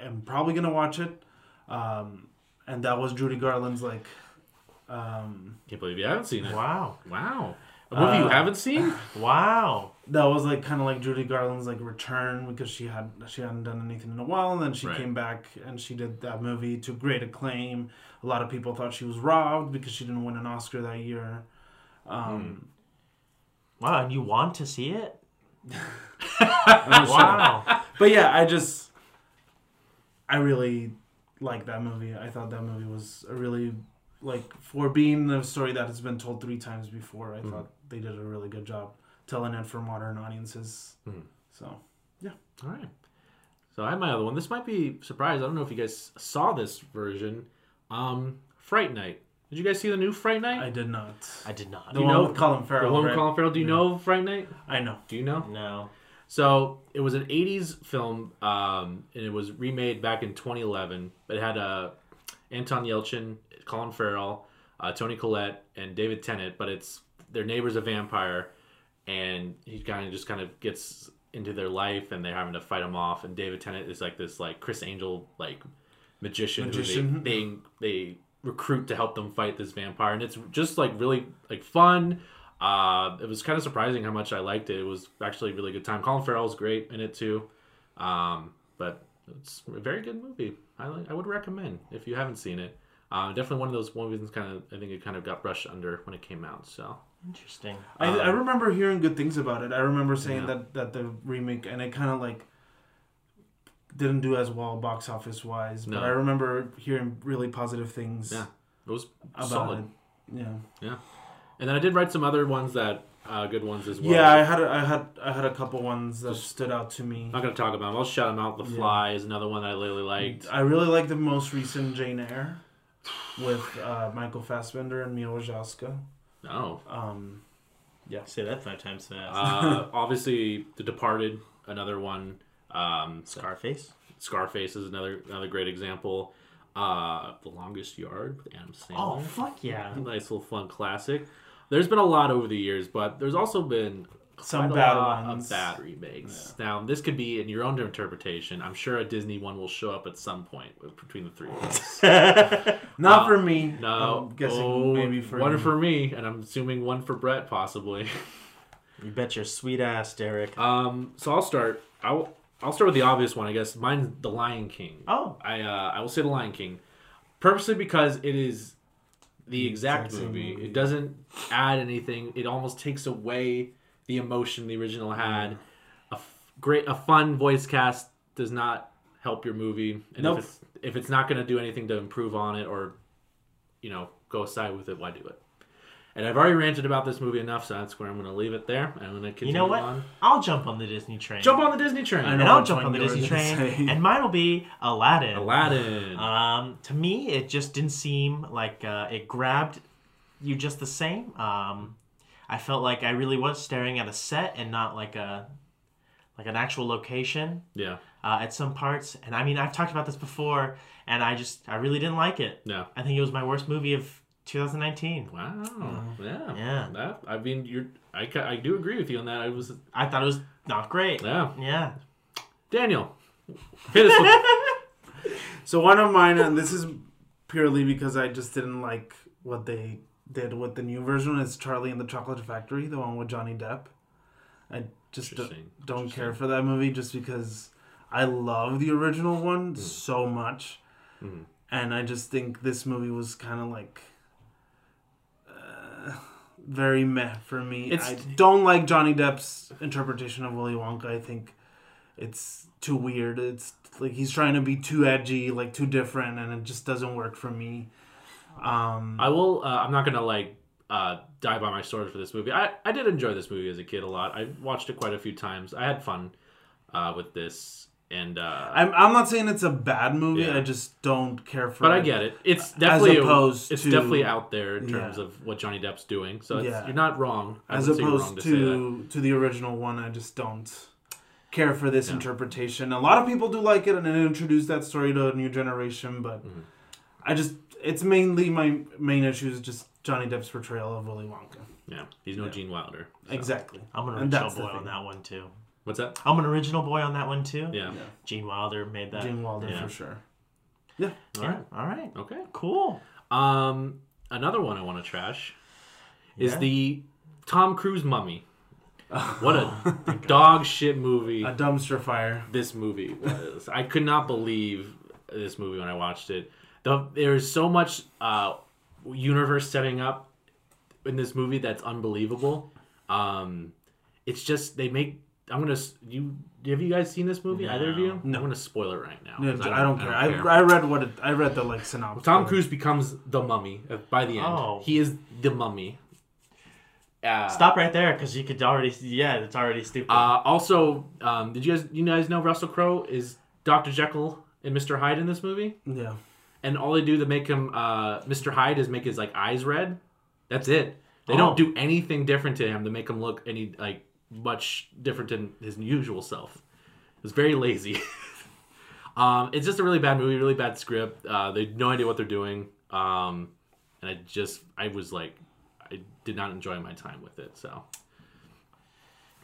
am probably gonna watch it. um, and that was Judy Garland's like. Um, Can't believe you haven't seen it. Wow. Wow. A movie Uh, you haven't seen? Wow. that was like kind of like Judy Garland's like return because she had she hadn't done anything in a while, and then she Right. came back and she did that movie to great acclaim. A lot of people thought she was robbed because she didn't win an Oscar that year. Um, Wow. And you want to see it? wow! Wow. But yeah, I just I really like that movie. I thought that movie was a really like for being the story that has been told three times before. I Mm-hmm. thought they did a really good job telling it for modern audiences. Hmm. So All right. So I have my other one. This might be surprise. I don't know if you guys saw this version. Um, Fright Night. Did you guys see the new Fright I Night? did not. I did not. the you one know- with Colin the Farrell. one with right? Colin Farrell. Do you know Fright Night? I know. Do you know? No. So it was an '80s film, um, and it was remade back in 2011. It had uh, Anton Yelchin, Colin Farrell, uh, Tony Collette, and David Tennant. But it's their neighbor's a vampire, and he kind of just kind of gets into their life, and they're having to fight him off. And David Tennant is like this like Chris Angel like magician, who Magician. they, they they recruit to help them fight this vampire, and it's just like really like fun. Uh, it was kind of surprising how much I liked it. It was actually a really good time. Colin Farrell's great in it too, um, but it's a very good movie. I like, I would recommend if you haven't seen it. Uh, definitely one of those movies that's kind of I think it kind of got brushed under when it came out. So Interesting. I, I Um, remember hearing good things about it. I remember saying that that the remake and it kind of like didn't do as well box office wise, No. but I remember hearing really positive things yeah, it was about solid. it. Yeah. Yeah, and then I did write some other ones that uh, good ones as well. Yeah, I had a, I had I had a couple ones that stood out to me. I'm not gonna talk about them. I'll shout them out. The Fly is another one that I really liked. I really like the most recent Jane Eyre with uh, Michael Fassbender and Mila Jovska. No, Um, Say that five times fast. uh, obviously The Departed, another one. Um, Mm, Scarface. Scarface is another another great example. Uh, the Longest Yard with Adam Sandler. Oh fuck yeah. nice little fun classic. There's been a lot over the years, but there's also been Some quite a bad lot ones. of bad remakes. Now this could be in your own interpretation. I'm sure a Disney one will show up at some point with- between the three of us. not for me. No, I'm guessing Oh, maybe for one you. for me, and I'm assuming one for Brett possibly. You bet your sweet ass, Derek. Um, so I'll start. I'll I'll start with the obvious one, I guess. Mine's The Lion King. Oh. I uh, I will say The Lion King, purposely because it is the exact, exact same movie. movie. It doesn't add anything. It almost takes away the emotion the original Mm. had. A f- great, a fun voice cast does not help your movie. And Nope. if it's if it's not going to do anything to improve on it or, you know, go aside with it, why do it? And I've already ranted about this movie enough, so that's where I'm going to leave it there. I'm going to continue You know what? on. I'll jump on the Disney train. Jump on the Disney train. I and know I'll which jump one on the you were Disney gonna train, say. and mine will be Aladdin. Aladdin. Uh, Um, to me, it just didn't seem like uh, it grabbed you just the same. Um, I felt like I really was staring at a set and not like a like an actual location yeah. uh, at some parts. And I mean, I've talked about this before, and I just I really didn't like it. No. I think it was my worst movie of 2019. Wow. Yeah. Yeah. That, I mean, you're. I, ca- I do agree with you on that. I was. I thought it was not great. Yeah. Yeah. Daniel. Hit us with- So one of mine, and this is purely because I just didn't like what they did with the new version, is Charlie and the Chocolate Factory, the one with Johnny Depp. I just don't, Interesting. don't care for that movie just because I love the original Hmm. one so much. And I just think this movie was kind of like uh, very meh for me. It's- I don't like Johnny Depp's interpretation of Willy Wonka. I think it's too weird. It's like he's trying to be too edgy, like too different, and it just doesn't work for me. Um, I will. Uh, I'm not gonna like uh, die by my sword for this movie. I, I did enjoy this movie as a kid a lot. I watched it quite a few times. I had fun uh, with this, and uh, I'm, I'm not saying it's a bad movie. Yeah. I just don't care for. but I get it. It's definitely opposed it's to- definitely out there in terms Yeah. of what Johnny Depp's doing. So it's, Yeah. you're not wrong. I As wouldn't say you're wrong opposed to say that. to to the original one, I just don't care for this interpretation. A lot of people do like it, and it introduced that story to a new generation. But Mm-hmm. I just it's mainly my main issue is just Johnny Depp's portrayal of Willy Wonka. yeah, he's no Gene Wilder. Exactly. I'm an And original that's the boy thing. on that one too. What's that? I'm an original boy on that one too. Yeah. Gene Wilder made that. Gene Wilder Yeah. for sure. Yeah. All right. All right. Okay. Cool. Um, another one I want to trash is Yeah. the Tom Cruise mummy. What a dog shit movie A dumpster fire. this movie was. I could not believe this movie when I watched it. The, there is so much uh, universe setting up in this movie that's unbelievable. Um, it's just they make. I'm gonna s- you. Have you guys seen this movie? Either of you? No. I'm gonna spoil it right now. No, 'cause I, don't, care. I, I read what it, I read the like synopsis. Tom Cruise becomes the mummy uh, by the end. Oh. He is the mummy. Uh, Stop right there because you could already. Yeah, it's already stupid. Uh, also, um, did you guys you guys know Russell Crowe is Doctor Jekyll and Mister Hyde in this movie? Yeah. And all they do to make him uh, Mister Hyde is make his like eyes red. That's it. They Oh. don't do anything different to him to make him look any like much different than his usual self. It's very lazy. um, it's just a really bad movie, really bad script. Uh, they had no idea what they're doing. Um, and I just I was like I did not enjoy my time with it. So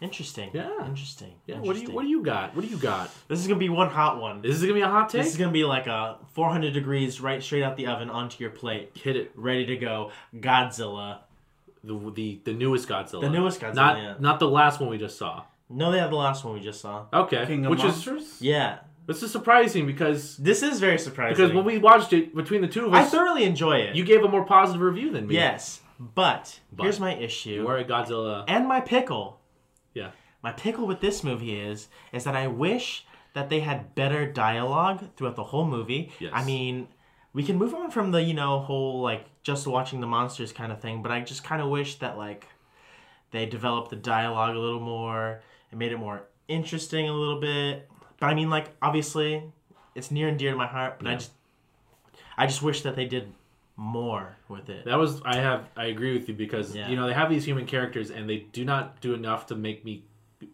Interesting. Yeah. Interesting. yeah, what do you what do you got? What do you got? This is gonna be one hot one. This is gonna be a hot take. This is gonna be like a 400 degrees, right straight out the oven onto your plate, Hit it. ready to go. Godzilla. The, the the newest Godzilla. The newest Godzilla, Not yeah. not the last one we just saw. No, they have the last one we just saw. Okay. King of Which is Monsters? Yeah, this is surprising because this is very surprising. because when we watched it between the two of I us, thoroughly enjoy it. you gave a more positive review than me. yes, but, But. here's my issue Where a Godzilla. and my pickle. Yeah. My pickle with this movie is is that I wish that they had better dialogue throughout the whole movie. Yes. I mean, we can move on from the, you know, whole like just watching the monsters kind of thing, but I just kind of wish that like they developed the dialogue a little more and made it more interesting a little bit. But I mean like obviously it's near and dear to my heart, but I just I just wish that they did more with it. That was I have I agree with you because Yeah. you know they have these human characters and they do not do enough to make me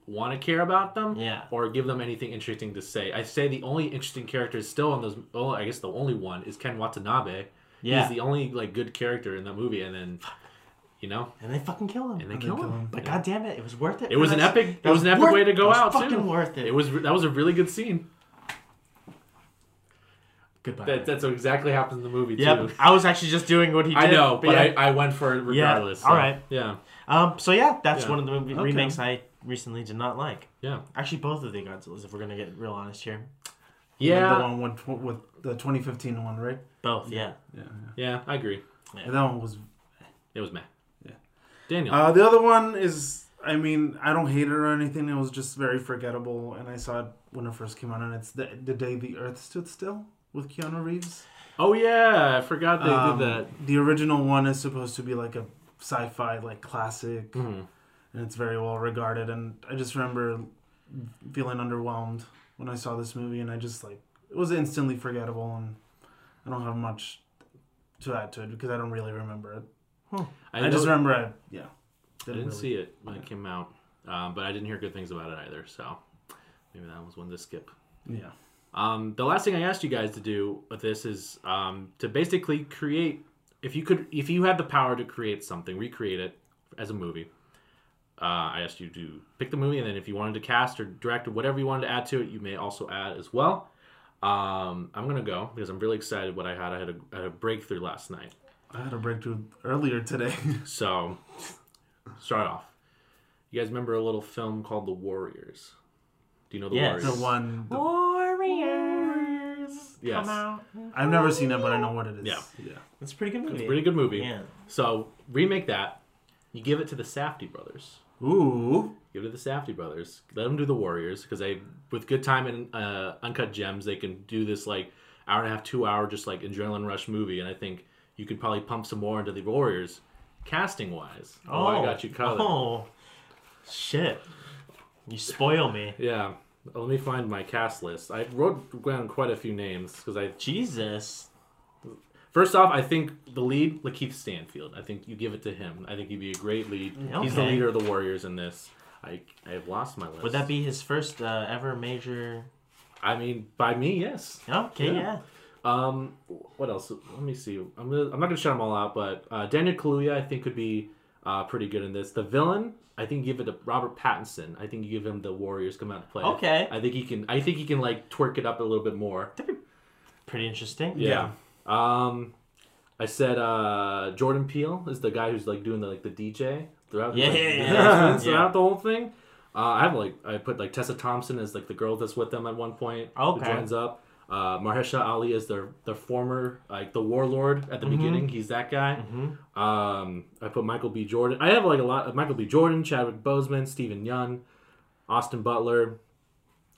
want to care about them Yeah. or give them anything interesting to say. I say the only interesting character is still on those oh I guess the only one is Ken Watanabe. Yeah. He's the only like good character in that movie and then you know And they fucking kill him. and they kill kill him. him. But god damn it, it was worth it. It was an That's- epic. It that was an epic worth- way to go that was out Fucking too. worth it. It was that was a really good scene. goodbye. That that's exactly happens in the movie yep. too. I was actually just doing what he did. I know, but yeah. I, I went for it regardless. so, alright. Yeah. Um. So yeah, that's Yeah. one of the movie Okay. remakes I recently did not like. Yeah. Actually, both of the Godzillas, if we're gonna get real honest here, Yeah. The one with, with the 2015 one, right? both. Yeah. Yeah. Yeah. I agree. yeah. That one was It was meh. Yeah. Daniel. Uh, the other one is, I mean, I don't hate it or anything. It was just very forgettable, and I saw it when it first came out, and it's the, the day the Earth stood still with Keanu Reeves. oh yeah, I forgot they Um, did that. The original one is supposed to be like a sci-fi like classic, Mm-hmm. and it's very well regarded. And I just remember feeling underwhelmed when I saw this movie, and I just like it was instantly forgettable, and I don't have much to add to it because I don't really remember it. I, just know- remember I yeah. I didn't really- see it when it came out, um, but I didn't hear good things about it either. So maybe that was one to skip. Yeah. Um, the last thing I asked you guys to do with this is um, to basically create, if you could, if you had the power to create something, recreate it as a movie. Uh, I asked you to pick the movie, and then if you wanted to cast or direct or whatever you wanted to add to it, you may also add as well. Um, I'm gonna go because I'm really excited. What I had, I had a, I had a breakthrough last night. I had a breakthrough earlier today. So, start off. You guys remember a little film called The Warriors? Do you know The Yes. the Warriors? one the- Warriors. Yes. Come out. I've never seen it, but I know what it is. Yeah. yeah. That's a pretty good movie. It's a pretty good movie. Yeah. So remake that. You give it to the Safdie brothers. Ooh, Give it to the Safdie brothers. Let them do the Warriors because they, with good time and uh, uncut gems, they can do this like hour and a half, two hour, just like adrenaline rush movie. And I think you could probably pump some more into the Warriors, casting wise. Oh, I got you covered. Oh. Shit. You spoil me. Yeah. Let me find my cast list. I wrote down quite a few names because I Jesus. First off, I think the lead, Lakeith Stanfield. I think you give it to him. I think he'd be a great lead. He's the Mm, Okay. leader of the Warriors in this. I I have lost my list. Would that be his first uh, ever major? Oh, I mean, by me, yes. Okay. Yeah. Yeah. Um, what else? Let me see. I'm gonna, I'm not gonna shout them all out, but uh, Daniel Kaluuya I think could be uh, pretty good in this. The villain, I think you give it to Robert Pattinson. I think you give him the Warriors come out to play. Okay. I think he can. I think he can like twerk it up a little bit more. pretty interesting. Yeah. Um, I said uh, Jordan Peele is the guy who's like doing the like the DJ throughout. Yeah, like, yeah, the yeah. announcements Yeah. Throughout the whole thing. Uh, I have like I put like Tessa Thompson as like the girl that's with them at one point. who Okay. joins up. Uh, Mahershala Ali is their their former like the warlord at the Mm-hmm. beginning. He's that guy. Um, I put Michael B. Jordan. I have like a lot of Michael B. Jordan, Chadwick Boseman, Stephen Young, Austin Butler.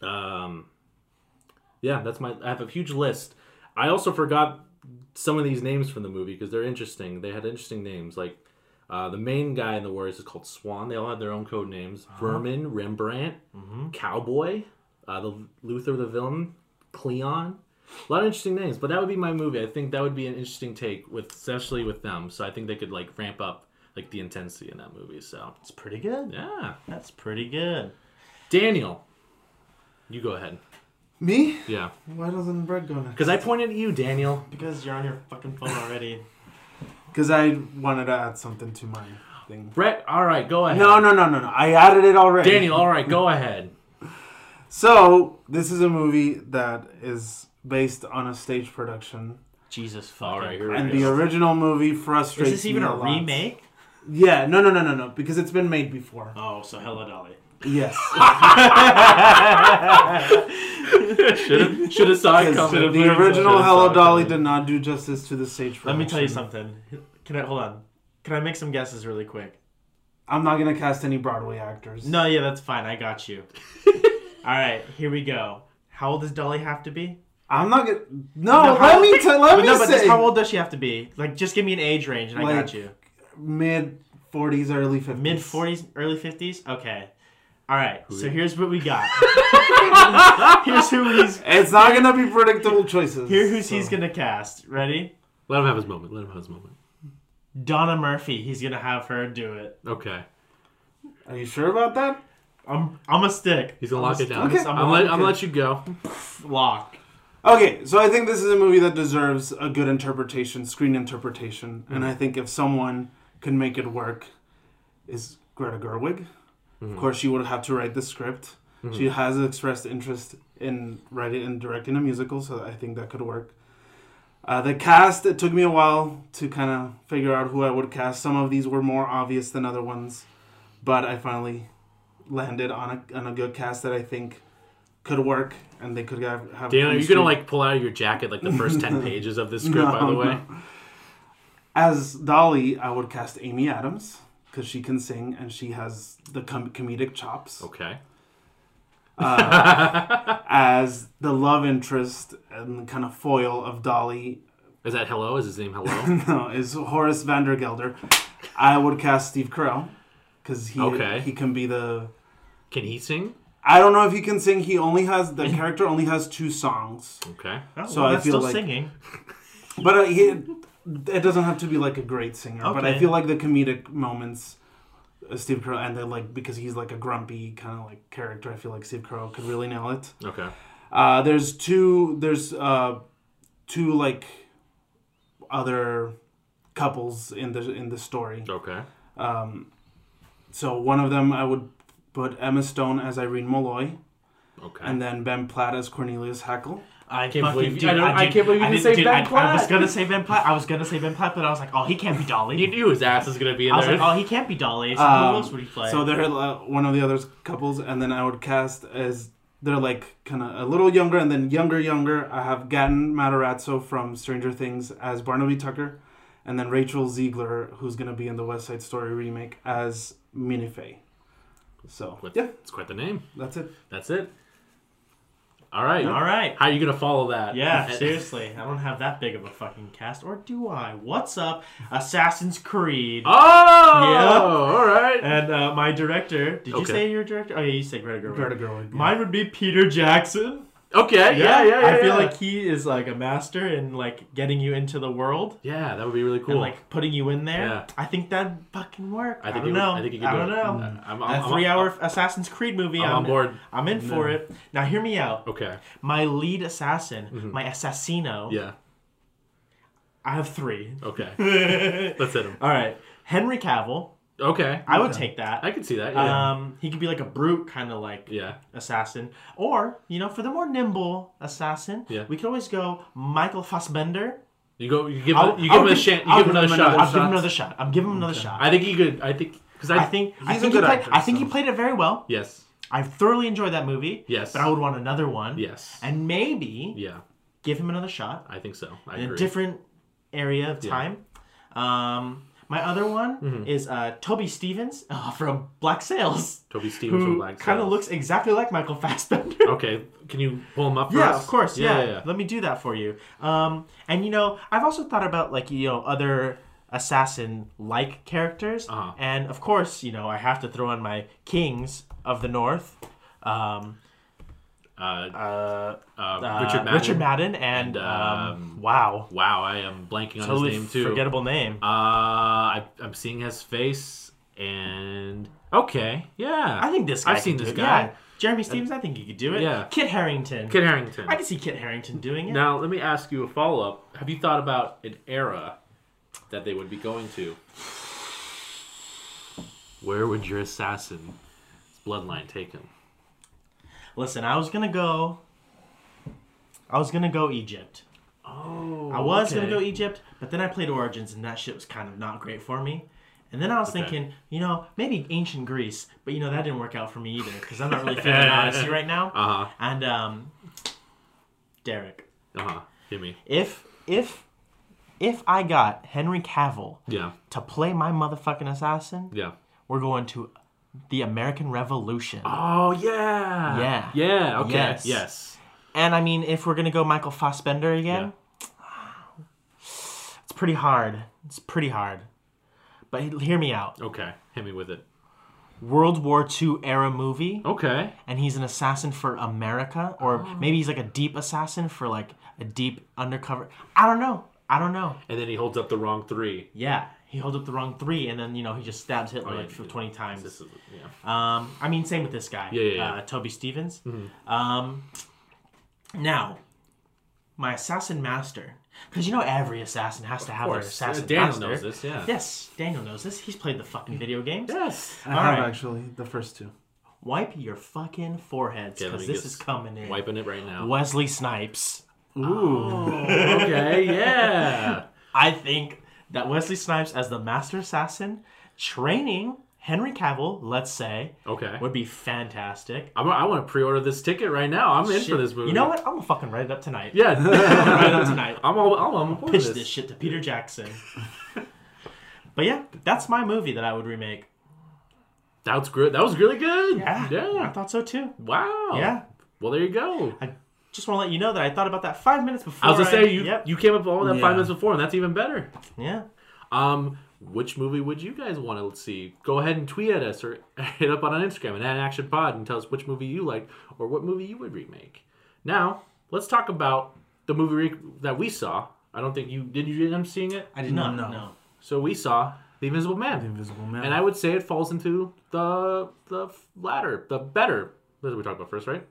Um, yeah, that's my. I have a huge list. I also forgot some of these names from the movie because they're interesting. They had interesting names. Like uh, the main guy in the Warriors is called Swan. They all had their own code names: Vermin, Rembrandt, Mm-hmm. Cowboy, uh, the Luther the villain, Cleon. A lot of interesting names, but that would be my movie. I think that would be an interesting take with, especially with them. So I think they could like ramp up like the intensity in that movie. So It's pretty good. yeah, That's pretty good. Daniel, you go ahead. Me? Yeah, Why doesn't Brett go next? because I pointed at you, Daniel. Because you're on your fucking phone already. Because I wanted to add something to my thing. Brett, all right, go ahead. No, no, no, no, no. I added it already. Daniel, all right, go ahead. So this is a movie that is based on a stage production, Jesus fucking. All right, here Christ. and we the go. original movie frustrates Is this even me a lot. remake? Yeah, no, no, no, no, no, because it's been made before. Oh, so hello, Dolly. Yes, Should have saw it because coming. the original Hello Dolly did not do justice to the stage Let production. me tell you something. Can I hold on? Can I make some guesses really quick? I'm not gonna cast any Broadway actors. No, yeah, that's fine. I got you. All right, here we go. How old does Dolly have to be? I'm not gonna. No, No, Oh, let how- me tell. Let But me no, but say. just how old does she have to be? Like, just give me an age range, and I Like, got you. Mid 40s, early 50s. Mid forties, early fifties. Okay. All right. So here's what we got. here's who he's. It's not gonna be predictable choices. Here who's so- he's gonna cast. Ready? Let him have his moment. Let him have his moment. Donna Murphy. He's gonna have her do it. Okay, Are you sure about that? I'm I'm a stick. he's gonna lock it down. Okay. I'm, gonna let, I'm gonna let you go. Lock. Okay, so I think this is a movie that deserves a good interpretation, screen interpretation, and Mm. I think if someone can make it work, is Greta Gerwig. Of Mm-hmm. course, she would have to write the script. She has expressed interest in writing and directing a musical, so I think that could work. Uh, the cast, it took me a while to kind of figure out who I would cast. Some of these were more obvious than other ones, but I finally landed on a, on a good cast that I think could work and they could have. have Daniel, are you chemistry. gonna like pull out of your jacket like the first ten pages of this script? by the No, way, no. As Dolly, I would cast Amy Adams because she can sing and she has the com- comedic chops. okay. As the love interest and kind of foil of Dolly Is that hello? Is his name hello? no, is Horace Vandergelder, I would cast Steve Carell because he Okay. he can be the. Can he sing? I don't know if he can sing. He only has the character only has two songs, Okay. Oh, So well, I that's feel still like- singing. but uh, he, it doesn't have to be like a great singer. But I Okay. feel like the comedic moments. uh, Steve Carell and then like because he's like a grumpy kind of like character. I feel like Steve Carell could really nail it. Okay. Uh, there's two. There's uh, two like other couples in the in the story. Okay. So one of them I would put Emma Stone as Irene Molloy, Okay. and then Ben Platt as Cornelius Hackle. I can't fucking- believe you- dude, I don't- I did- can't believe you didn't say dude, Ben I, I was Platt. gonna say Ben Platt. I was gonna say Ben Platt, but I was like, oh, he can't be Dolly. you knew his ass is gonna be in I was there. like, oh, he can't be Dolly. So Um, who else would he play? So they're uh, one of the other couples, and then I would cast as they're like kind of a little younger, and then younger, younger. I have Gatton Matarazzo from Stranger Things as Barnaby Tucker, and then Rachel Ziegler, who's gonna be in the West Side Story remake as Minifay. So What- yeah, It's quite the name. that's it. That's it. All right. All right. How are you gonna follow that? Yeah, seriously, I don't have that big of a fucking cast, or do I? What's up, Assassin's Creed? Oh. Yep. All right. And uh, my director, did you Okay. say your director? Oh yeah, you said Greta Gerwig. Greta Gerwig. yeah. Mine would be Peter Jackson. okay. Yeah. Yeah. Yeah. I feel yeah. like he is like a master in like getting you into the world Yeah, that would be really cool. and like putting you in there. Yeah. I think that'd fucking work. I, I think don't it would- know. I think it could I do don't it. know. Uh, I'm, I'm- a I'm- three-hour Assassin's Creed movie. I'm on board. Oh. I'm in for it. Now, hear me out. Okay. My lead assassin, my assassino. Mm-hmm. Yeah. I have three. Okay. Let's hit him. All right, Henry Cavill. Okay, I would take that. I could see that. Yeah, Um, he could be like a brute kind of like yeah. assassin, or you know, for the more nimble assassin, Yeah. we could always go Michael Fassbender. You go. You give. I'll- it you I'll give him a give- chance. You I'll give him give another him shot. another I'll give him shots. another shot. I'm giving him another shot. I think he could. I think because I, I think I He's a think he good played, actor, I think he so. played it very well. Yes. I thoroughly enjoyed that movie. Yes. But I would want another one. Yes. And maybe yeah. give him another shot I think so. I in agree. a different area of time. Um, my other one Mm-hmm. is uh, Toby Stevens uh, from Black Sails. Toby Stevens from Who Black kind of Sails. looks exactly like Michael Fassbender. Okay. Can you pull him up? For Yeah, us? of course. Yeah. Yeah. yeah, yeah. let me do that for you. Um, and you know, I've also thought about like you know other assassin-like characters, Uh-huh. and of course, you know, I have to throw in my kings of the north, um, Uh, uh, uh, uh, Richard Madden. Richard Madden, And, and, um, um, wow, Wow, I am blanking on totally his name too. forgettable name. Uh, I, I'm seeing his face and okay, yeah. I think this guy. I've seen could this do it. guy. Uh, Yeah. Jeremy Stevens. I think he could do it. yeah. Kit Harrington. Kit Harrington. I can see Kit Harrington doing it. Now let me ask you a follow up. Have you thought about an era that they would be going to? Where would your assassin's bloodline take him? Listen, I was gonna go. I was gonna go Egypt. Oh, I was gonna go Egypt, but then I played Origins, and that shit was kind of not great for me. And then I was Okay. thinking, you know, maybe ancient Greece, but you know that didn't work out for me either because I'm not really feeling Odyssey right now. Uh huh. And um, Derek, Uh huh. Give me. if if if I got Henry Cavill Yeah. to play my motherfucking assassin, Yeah. we're going to the American Revolution. Oh yeah. Yeah. Yeah. Okay. Yes. Yes. And I mean, if we're gonna go Michael Fassbender again, it's pretty hard. It's pretty hard. But he- hear me out. Okay. Hit me with it. World War II era movie, Okay. and he's an assassin for America, or maybe he's like a deep assassin for like a deep undercover. I don't know. I don't know. And then he holds up the wrong three. Yeah, he holds up the wrong three, and then you know he just stabs Hitler yeah, like for yeah. twenty times. This is yeah. Um, I mean, same with this guy. Yeah, yeah, Mm-hmm. yeah. Uh, Toby Stevens. Um, now, my assassin master, because you know every assassin has to have their assassin Uh, Daniel master. knows this. Yeah. Mm-hmm. Yes, Daniel knows this. He's played the fucking video games. Yes. I have right. actually the first two. Wipe your fucking foreheads, Okay, let because me this get is s- coming in. Wiping it right now. Wesley Snipes. Oh, okay. Yeah. I think that Wesley Snipes as the master assassin, training Henry Cavill, let's say, Okay. would be fantastic. I'm, I want to pre-order this ticket right now. I'm in for Shit. this movie. You know what? I'm gonna fucking write it up tonight. Yeah. I'm gonna write it up tonight. I'm all. I'm on board pitch with this. this. shit to Peter Jackson. but yeah, that's my movie that I would remake. Ah, That's good. That was really good. I thought so too. Wow. Yeah. Well, there you go. I just want to let you know that I thought about that five minutes before. I was gonna say you Yep. you came up with all that Yeah. five minutes before, and that's even better. yeah. Um, which movie would you guys want to see? Go ahead and tweet at us or hit up on our Instagram and add Action Pod and tell us which movie you liked or what movie you would remake. Now let's talk about the movie re- that we saw. I don't think you did. You end up seeing it. I did not No. know. So we saw The Invisible Man. Invisible Man. And I would say it falls into the the latter, the better. That's what we talked about first, right?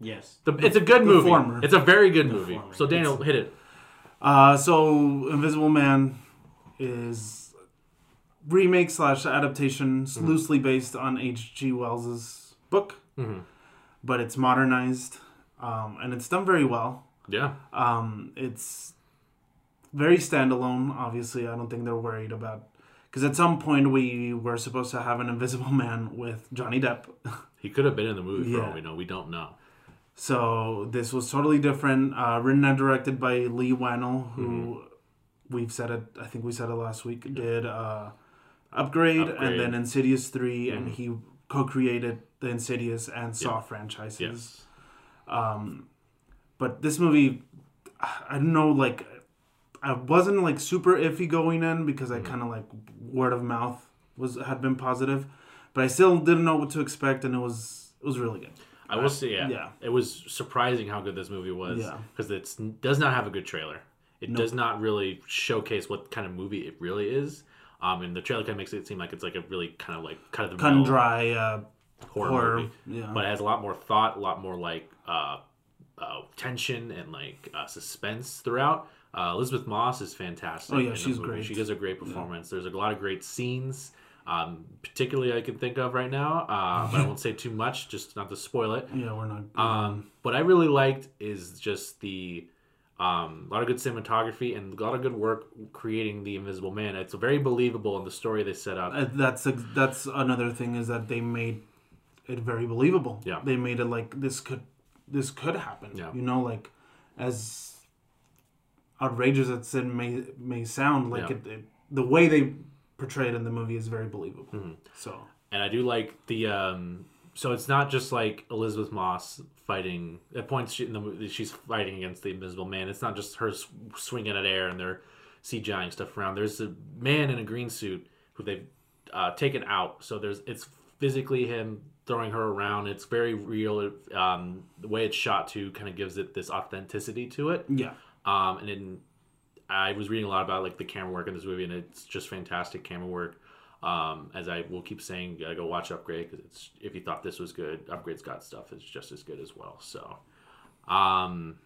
Yes. The, it's a good movie. former. It's a very good movie. So Daniel, hit it. Uh, so Invisible Man is remake slash adaptation it's loosely based on H.G. Wells's book, but it's modernized um, and it's done very well. Yeah. Um, it's very standalone. Obviously, I don't think they're worried about because at some point we were supposed to have an Invisible Man with Johnny Depp. He could have been in the movie for Yeah. all we know. We don't know. So this was totally different. Uh, written and directed by Lee Wannell, who we've said it. I think we said it last week. Did uh, Upgrade, Upgrade. and then Insidious 3 and he co-created the Insidious and Saw franchises. Yes. But this movie, I I don't know. Like, I wasn't like super iffy going in because I kind of like word of mouth was had been positive, but I still didn't know what to expect, and it was it was really good. I will say, yeah, yeah. It was surprising how good this movie was Yeah. because it does not have a good trailer. It does not really showcase what kind of movie it really is. Um, and the trailer kind of makes it seem like it's like a really kind of like kind of the Cut and dry. Uh, horror, horror, movie, yeah. but it has a lot more thought, a lot more like uh, uh, tension and like uh, suspense throughout. Uh, Elizabeth Moss is fantastic. Oh, yeah, in the she's movie. great. She gives a great performance. There's a lot of great scenes. Um, particularly, I can think of right now, uh, but I won't say too much, just not to spoil it. Yeah, we're not. Um, what I really liked is just the um, a lot of good cinematography and a lot of good work creating the Invisible Man. It's very believable in the story they set up. Uh, that's ex- that's another thing is that they made it very believable. Yeah. they made it like this could this could happen. Yeah. you know, like as outrageous as it may may sound, like Yeah. it, it, the way they portray it in the movie is very believable. Mm-hmm. So and I do like the um so it's not just like Elizabeth Moss fighting at points she, in the movie she's fighting against the Invisible Man. It's not just her s- swinging at air and they're CGIing stuff around. There's a man in a green suit who they've uh, taken out. So there's it's physically him throwing her around. It's very real. It, um, the way it's shot too kind of gives it this authenticity to it. yeah, Um, and then I was reading a lot about like the camera work in this movie, and it's just fantastic camera work. Um, as I will keep saying, you gotta go watch Upgrade because it's if you thought this was good, Upgrade's got stuff is just as good as well. So, um,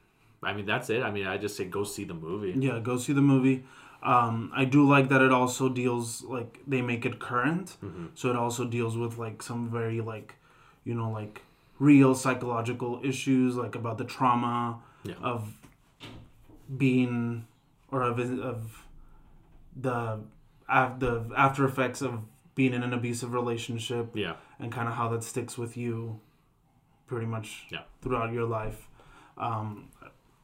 I mean that's it. I mean I just say go see the movie. yeah, go see the movie. Um, I do like that it also deals like they make it current, Mm-hmm. so it also deals with like some very like you know like real psychological issues like about the trauma Yeah. of being or of of the af- the after effects of being in an abusive relationship Yeah, and kind of how that sticks with you pretty much Yeah. throughout your life. Um,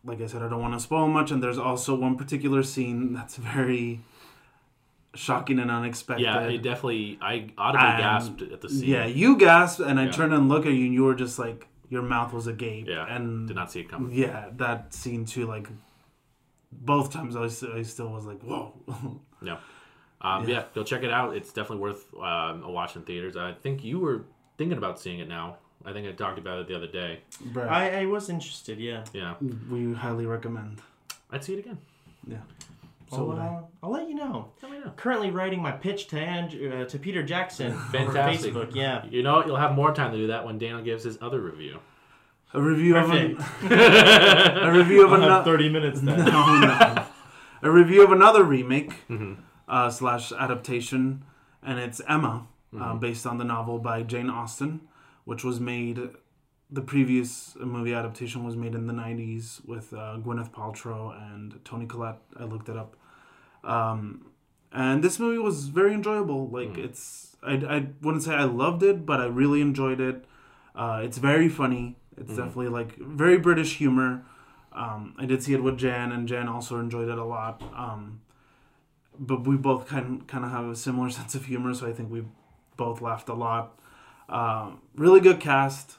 like I said, I don't want to spoil much, and there's also one particular scene that's very shocking and unexpected. yeah. It definitely I audibly Um, gasped at the scene. Yeah, you gasped, and I Yeah. turned and looked at you, and you were just like, your mouth was agape. yeah. and did not see it coming. yeah, that scene too. Like both times, I, was, I still was like, whoa. No. Um, yeah. go check it out. It's definitely worth um, a watch in theaters. I think you were thinking about seeing it now. I think I talked about it the other day. Bruh, I, I was interested, yeah. Yeah, we highly recommend. I'd see it again. Yeah. So So would I. I'll, I'll let you know. Let me know. Currently writing my pitch to Andrew, uh, to Peter Jackson Fantastic. over Facebook. Yeah. You know, you'll have more time to do that when Daniel gives his other review. a review of an, Perfect. a review of I'll have another. 30 minutes then. no, no. A review of another remake uh, slash adaptation, and it's Emma, uh, based on the novel by Jane Austen, which was made. The previous movie adaptation was made in the '90s with uh, Gwyneth Paltrow and Tony Collette. I looked it up, um, and this movie was very enjoyable. Like it's, I, I wouldn't say I loved it, but I really enjoyed it. Uh, it's very funny. It's definitely like very British humor. Um, I did see it with Jan, and Jan also enjoyed it a lot. Um, but we both kind kind of have a similar sense of humor, so I think we both laughed a lot. Um, really good cast.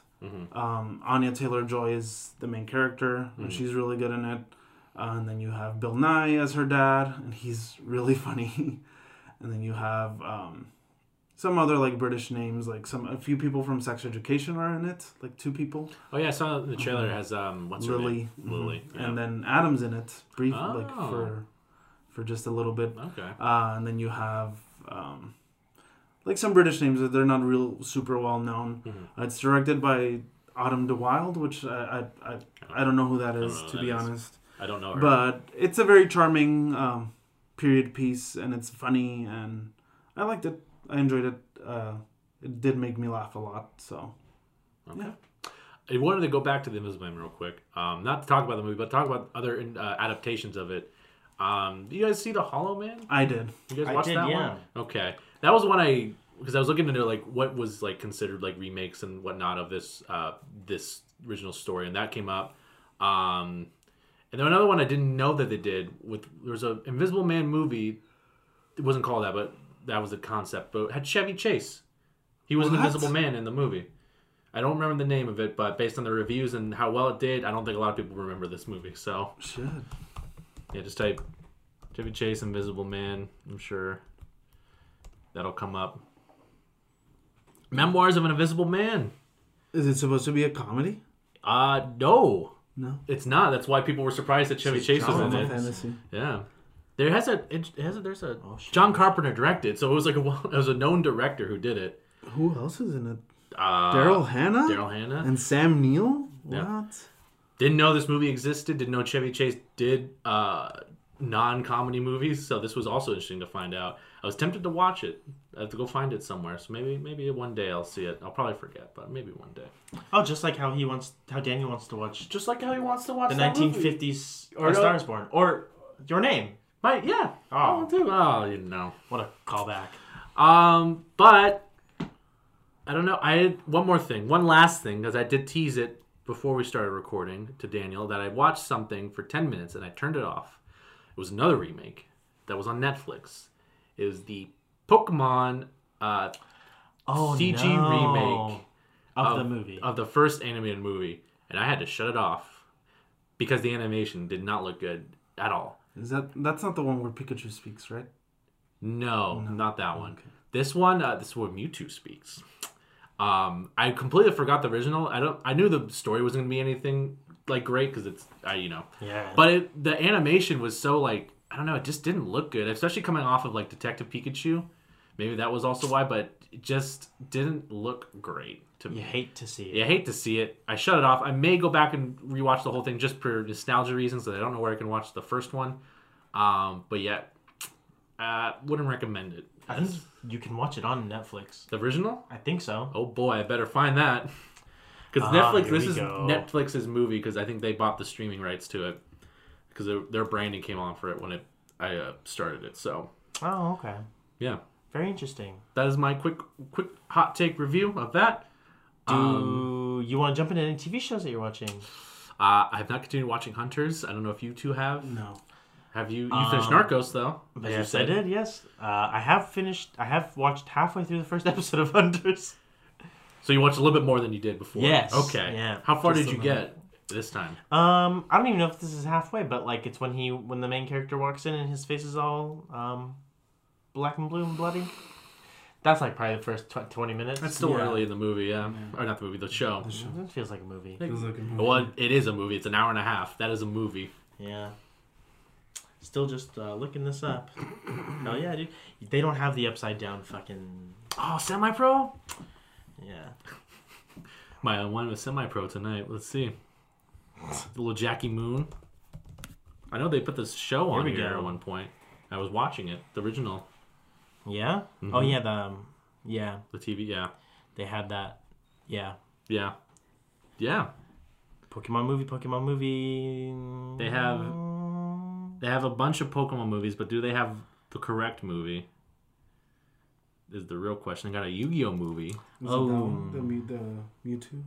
Um, Anya Taylor Joy is the main character, and she's really good in it. Uh, and then you have Bill Nye as her dad, and he's really funny. and then you have um, some other like British names, like some a few people from Sex Education are in it, like two people. Oh yeah, I saw the trailer has um what's her Lily, name? Lily. mhm. Yeah. and then Adam's in it, brief like Oh. for for just a little bit, okay. uh, and then you have um, like some British names that they're not real super well known. Mm-hmm. Uh, it's directed by Autumn de Wilde, which I I, I, I don't know who that is know who to that be is. honest, I don't know her. but it's a very charming um, period piece, and it's funny, and I liked it. I enjoyed it. Uh, it did make me laugh a lot, so. I wanted to go back to the Invisible Man real quick. Um, not to talk about the movie, but talk about other uh, adaptations of it. Um, you guys see the Hollow Man? I did. You guys I watched did, that yeah. one? Okay, that was one I because I was looking into like what was like considered like remakes and whatnot of this uh, this original story, and that came up. Um, and then another one I didn't know that they did with there was a Invisible Man movie. It wasn't called that, but that was the concept. But it had Chevy Chase. He was an What? Invisible Man in the movie. I don't remember the name of it, but based on the reviews and how well it did, I don't think a lot of people remember this movie. So Shit. yeah, just type Chevy Chase Invisible Man. I'm sure that'll come up. Memoirs of an Invisible Man. Is it supposed to be a comedy? Uh no, No. it's not. That's why people were surprised that Chevy Chase was in Drama it. fantasy. Yeah. There has a it has a, there's a shit. John Carpenter directed, so it was like a well- it was a known director who did it. Who else is in it? Uh, Daryl Hannah? Daryl Hannah. And Sam Neill? What? Yeah. Didn't know this movie existed. Didn't know Chevy Chase did uh, non-comedy movies. So this was also interesting to find out. I was tempted to watch it. I have to go find it somewhere. So maybe maybe one day I'll see it. I'll probably forget, but maybe one day. Oh, just like how he wants, how Daniel wants to watch Just like how he wants to watch the that movie. 1950s Or A no- Star Is Born or Your Name. Right? Yeah. Oh, I want to. Oh, you know. What a callback! Um, but I don't know. I had one more thing, one last thing, because I did tease it before we started recording to Daniel that I watched something for ten minutes and I turned it off. It was another remake that was on Netflix. It was the Pokemon uh, Oh, CG no. remake of, Um, the movie. of the first animated movie, and I had to shut it off because the animation did not look good at all. Is that that's not the one where Pikachu speaks, right? No, not that one. This one, uh, this is where Mewtwo speaks. Um, I completely forgot the original. I don't. I knew the story wasn't gonna be anything like great because it's I you know. yeah, But it, the animation was so like I don't know. It just didn't look good, especially coming off of like Detective Pikachu. Maybe that was also why, but it just didn't look great to me. you hate to see it. Yeah, I hate to see it. I shut it off. I may go back and rewatch the whole thing just for nostalgia reasons that I don't know where I can watch the first one. Um, but yeah, uh, wouldn't recommend it. I think you can watch it on Netflix. The original? I think so. Oh boy, I better find that. Because Ah, Netflix, here this we is go. Netflix's movie because I think they bought the streaming rights to it because their, their branding came on for it when it I uh, started it. So Oh, okay. yeah, Very interesting. that is my quick quick hot take review of that. Do you want to jump into any TV shows that you're watching? Uh, I have not continued watching Hunters. I don't know if you two have. No. Have you? You finished Um, Narcos though? as you yes, I said. did. Yes, uh, I have finished. I have watched halfway through the first episode of Hunters. So you watched a little bit more than you did before. Yes. Okay. Yeah. How far Just did you a get this time? Um, I don't even know if this is halfway, but like it's when he when the main character walks in and his face is all um black and blue and bloody. That's like probably the first tw- twenty minutes. It's still Yeah. early in the movie, yeah. Or not the movie, the show. It feels like a movie. It was like a movie. Well, it is a movie. It's an hour and a half. That is a movie. Yeah. Still just uh, looking this up. Hell yeah, dude. They don't have the upside down fucking. Oh, semi pro? Yeah. My I wanted a semi pro tonight. Let's see. Little Jackie Moon. I know they put this show on we here go. at one point. I was watching it, the original, Yeah. Oh yeah. The um, yeah the TV. Yeah, they had that. Yeah. yeah, yeah. Pokemon movie. Pokemon movie. They have they have a bunch of Pokemon movies, but do they have the correct movie? Is the real question. They got a Yu Gi Oh movie. Was it that one? Oh. The, Mew- the Mewtwo?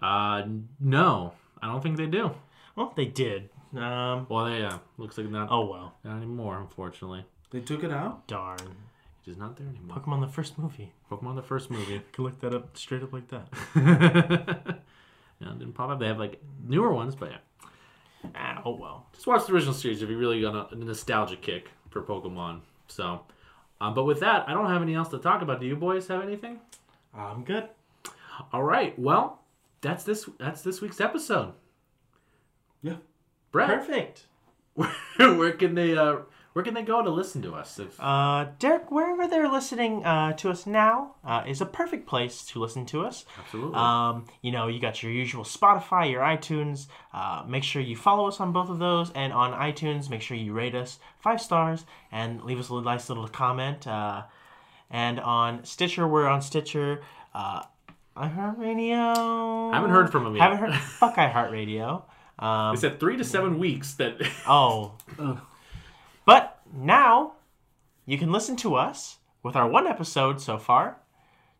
Uh, no, I don't think they do. Well, they did. Um. Well, they uh, looks like not Oh well. not anymore. Unfortunately, They took it out? Darn. it is not there anymore. Pokemon the first movie. Pokemon the first movie. You can look that up straight up like that. yeah, it didn't pop up. They have like newer ones, but yeah. ah, oh well. Just watch the original series if you really got a nostalgia kick for Pokemon. So, um, but with that, I don't have anything else to talk about. Do you boys have anything? Um, I'm good. All right. Well, that's this. That's this week's episode. Yeah. Brett, Perfect. where can they uh, where can they go to listen to us? If, Uh, Derek, wherever they're listening uh, to us now uh, is a perfect place to listen to us. Absolutely. Um, you know, you got your usual Spotify, your iTunes. Uh, make sure you follow us on both of those, and on iTunes, make sure you rate us five stars and leave us a little- nice little comment. Uh, and on Stitcher, we're on Stitcher. Uh, iHeartRadio. Haven't heard from them yet. Haven't heard. Fuck iHeartRadio. Um, They said three to seven weeks. That oh. But now you can listen to us with our one episode so far,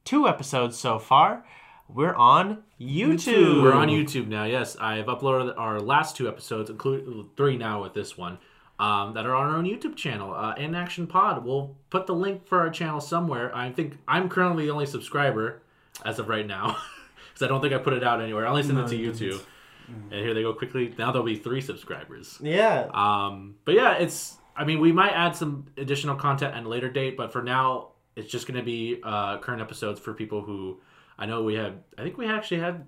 two episodes so far. We're on YouTube. we're on YouTube now. Yes, I've uploaded our last two episodes, including three now with this one, um, that are on our own YouTube channel, uh, In Action Pod. We'll put the link for our channel somewhere. I think I'm currently the only subscriber as of right now, because I don't think I put it out anywhere. I only sent it to you YouTube. And here they go quickly. Now there'll be three subscribers. Yeah. Um, but yeah, it's. I mean, we might add some additional content at a later date, but for now, it's just going to be uh, current episodes for people who I know we had. I think we actually had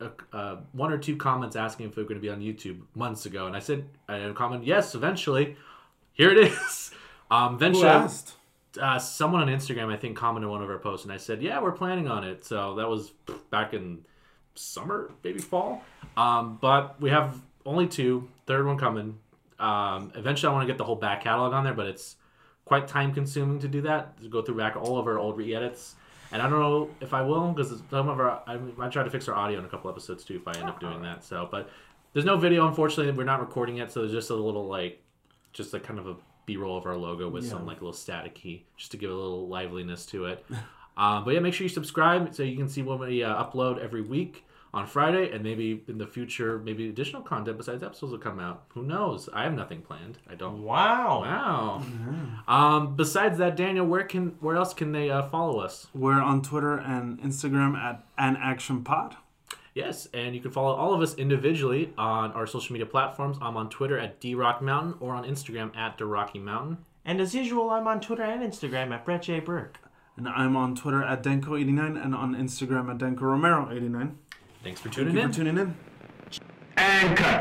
a, a, uh, one or two comments asking if we were going to be on YouTube months ago, and I said I had a comment. Yes, eventually. Here it is. Um, Who eventually, asked? uh, someone on Instagram, I think, commented one of our posts, and I said, "Yeah, we're planning on it." So that was back in summer, maybe fall. Um, but we have only two, third one coming. Um, eventually, I want to get the whole back catalog on there, but it's quite time consuming to do that, to go through back all of our old re edits. And I don't know if I will because some of our I, I try to fix our audio in a couple episodes too if I end up doing that. So, but there's no video unfortunately. We're not recording it, so there's just a little like, just a kind of a B-roll of our logo with some Yeah. like little static key just to give a little liveliness to it. Uh, but yeah, make sure you subscribe so you can see when we uh, upload every week on Friday, and maybe in the future, maybe additional content besides episodes will come out. Who knows? I have nothing planned. I don't. Wow. Wow. Um, besides that, Daniel, where can where else can they uh, follow us? We're on Twitter and Instagram at an action pod. Yes, and you can follow all of us individually on our social media platforms. I'm on Twitter at DRockMountain or on Instagram at DRockyMountain. And as usual, I'm on Twitter and Instagram at Brett J. Burke. And I'm on Twitter at Denko89 and on Instagram at Denko Romero89. Thanks for Thank tuning you in. for tuning in. And cut.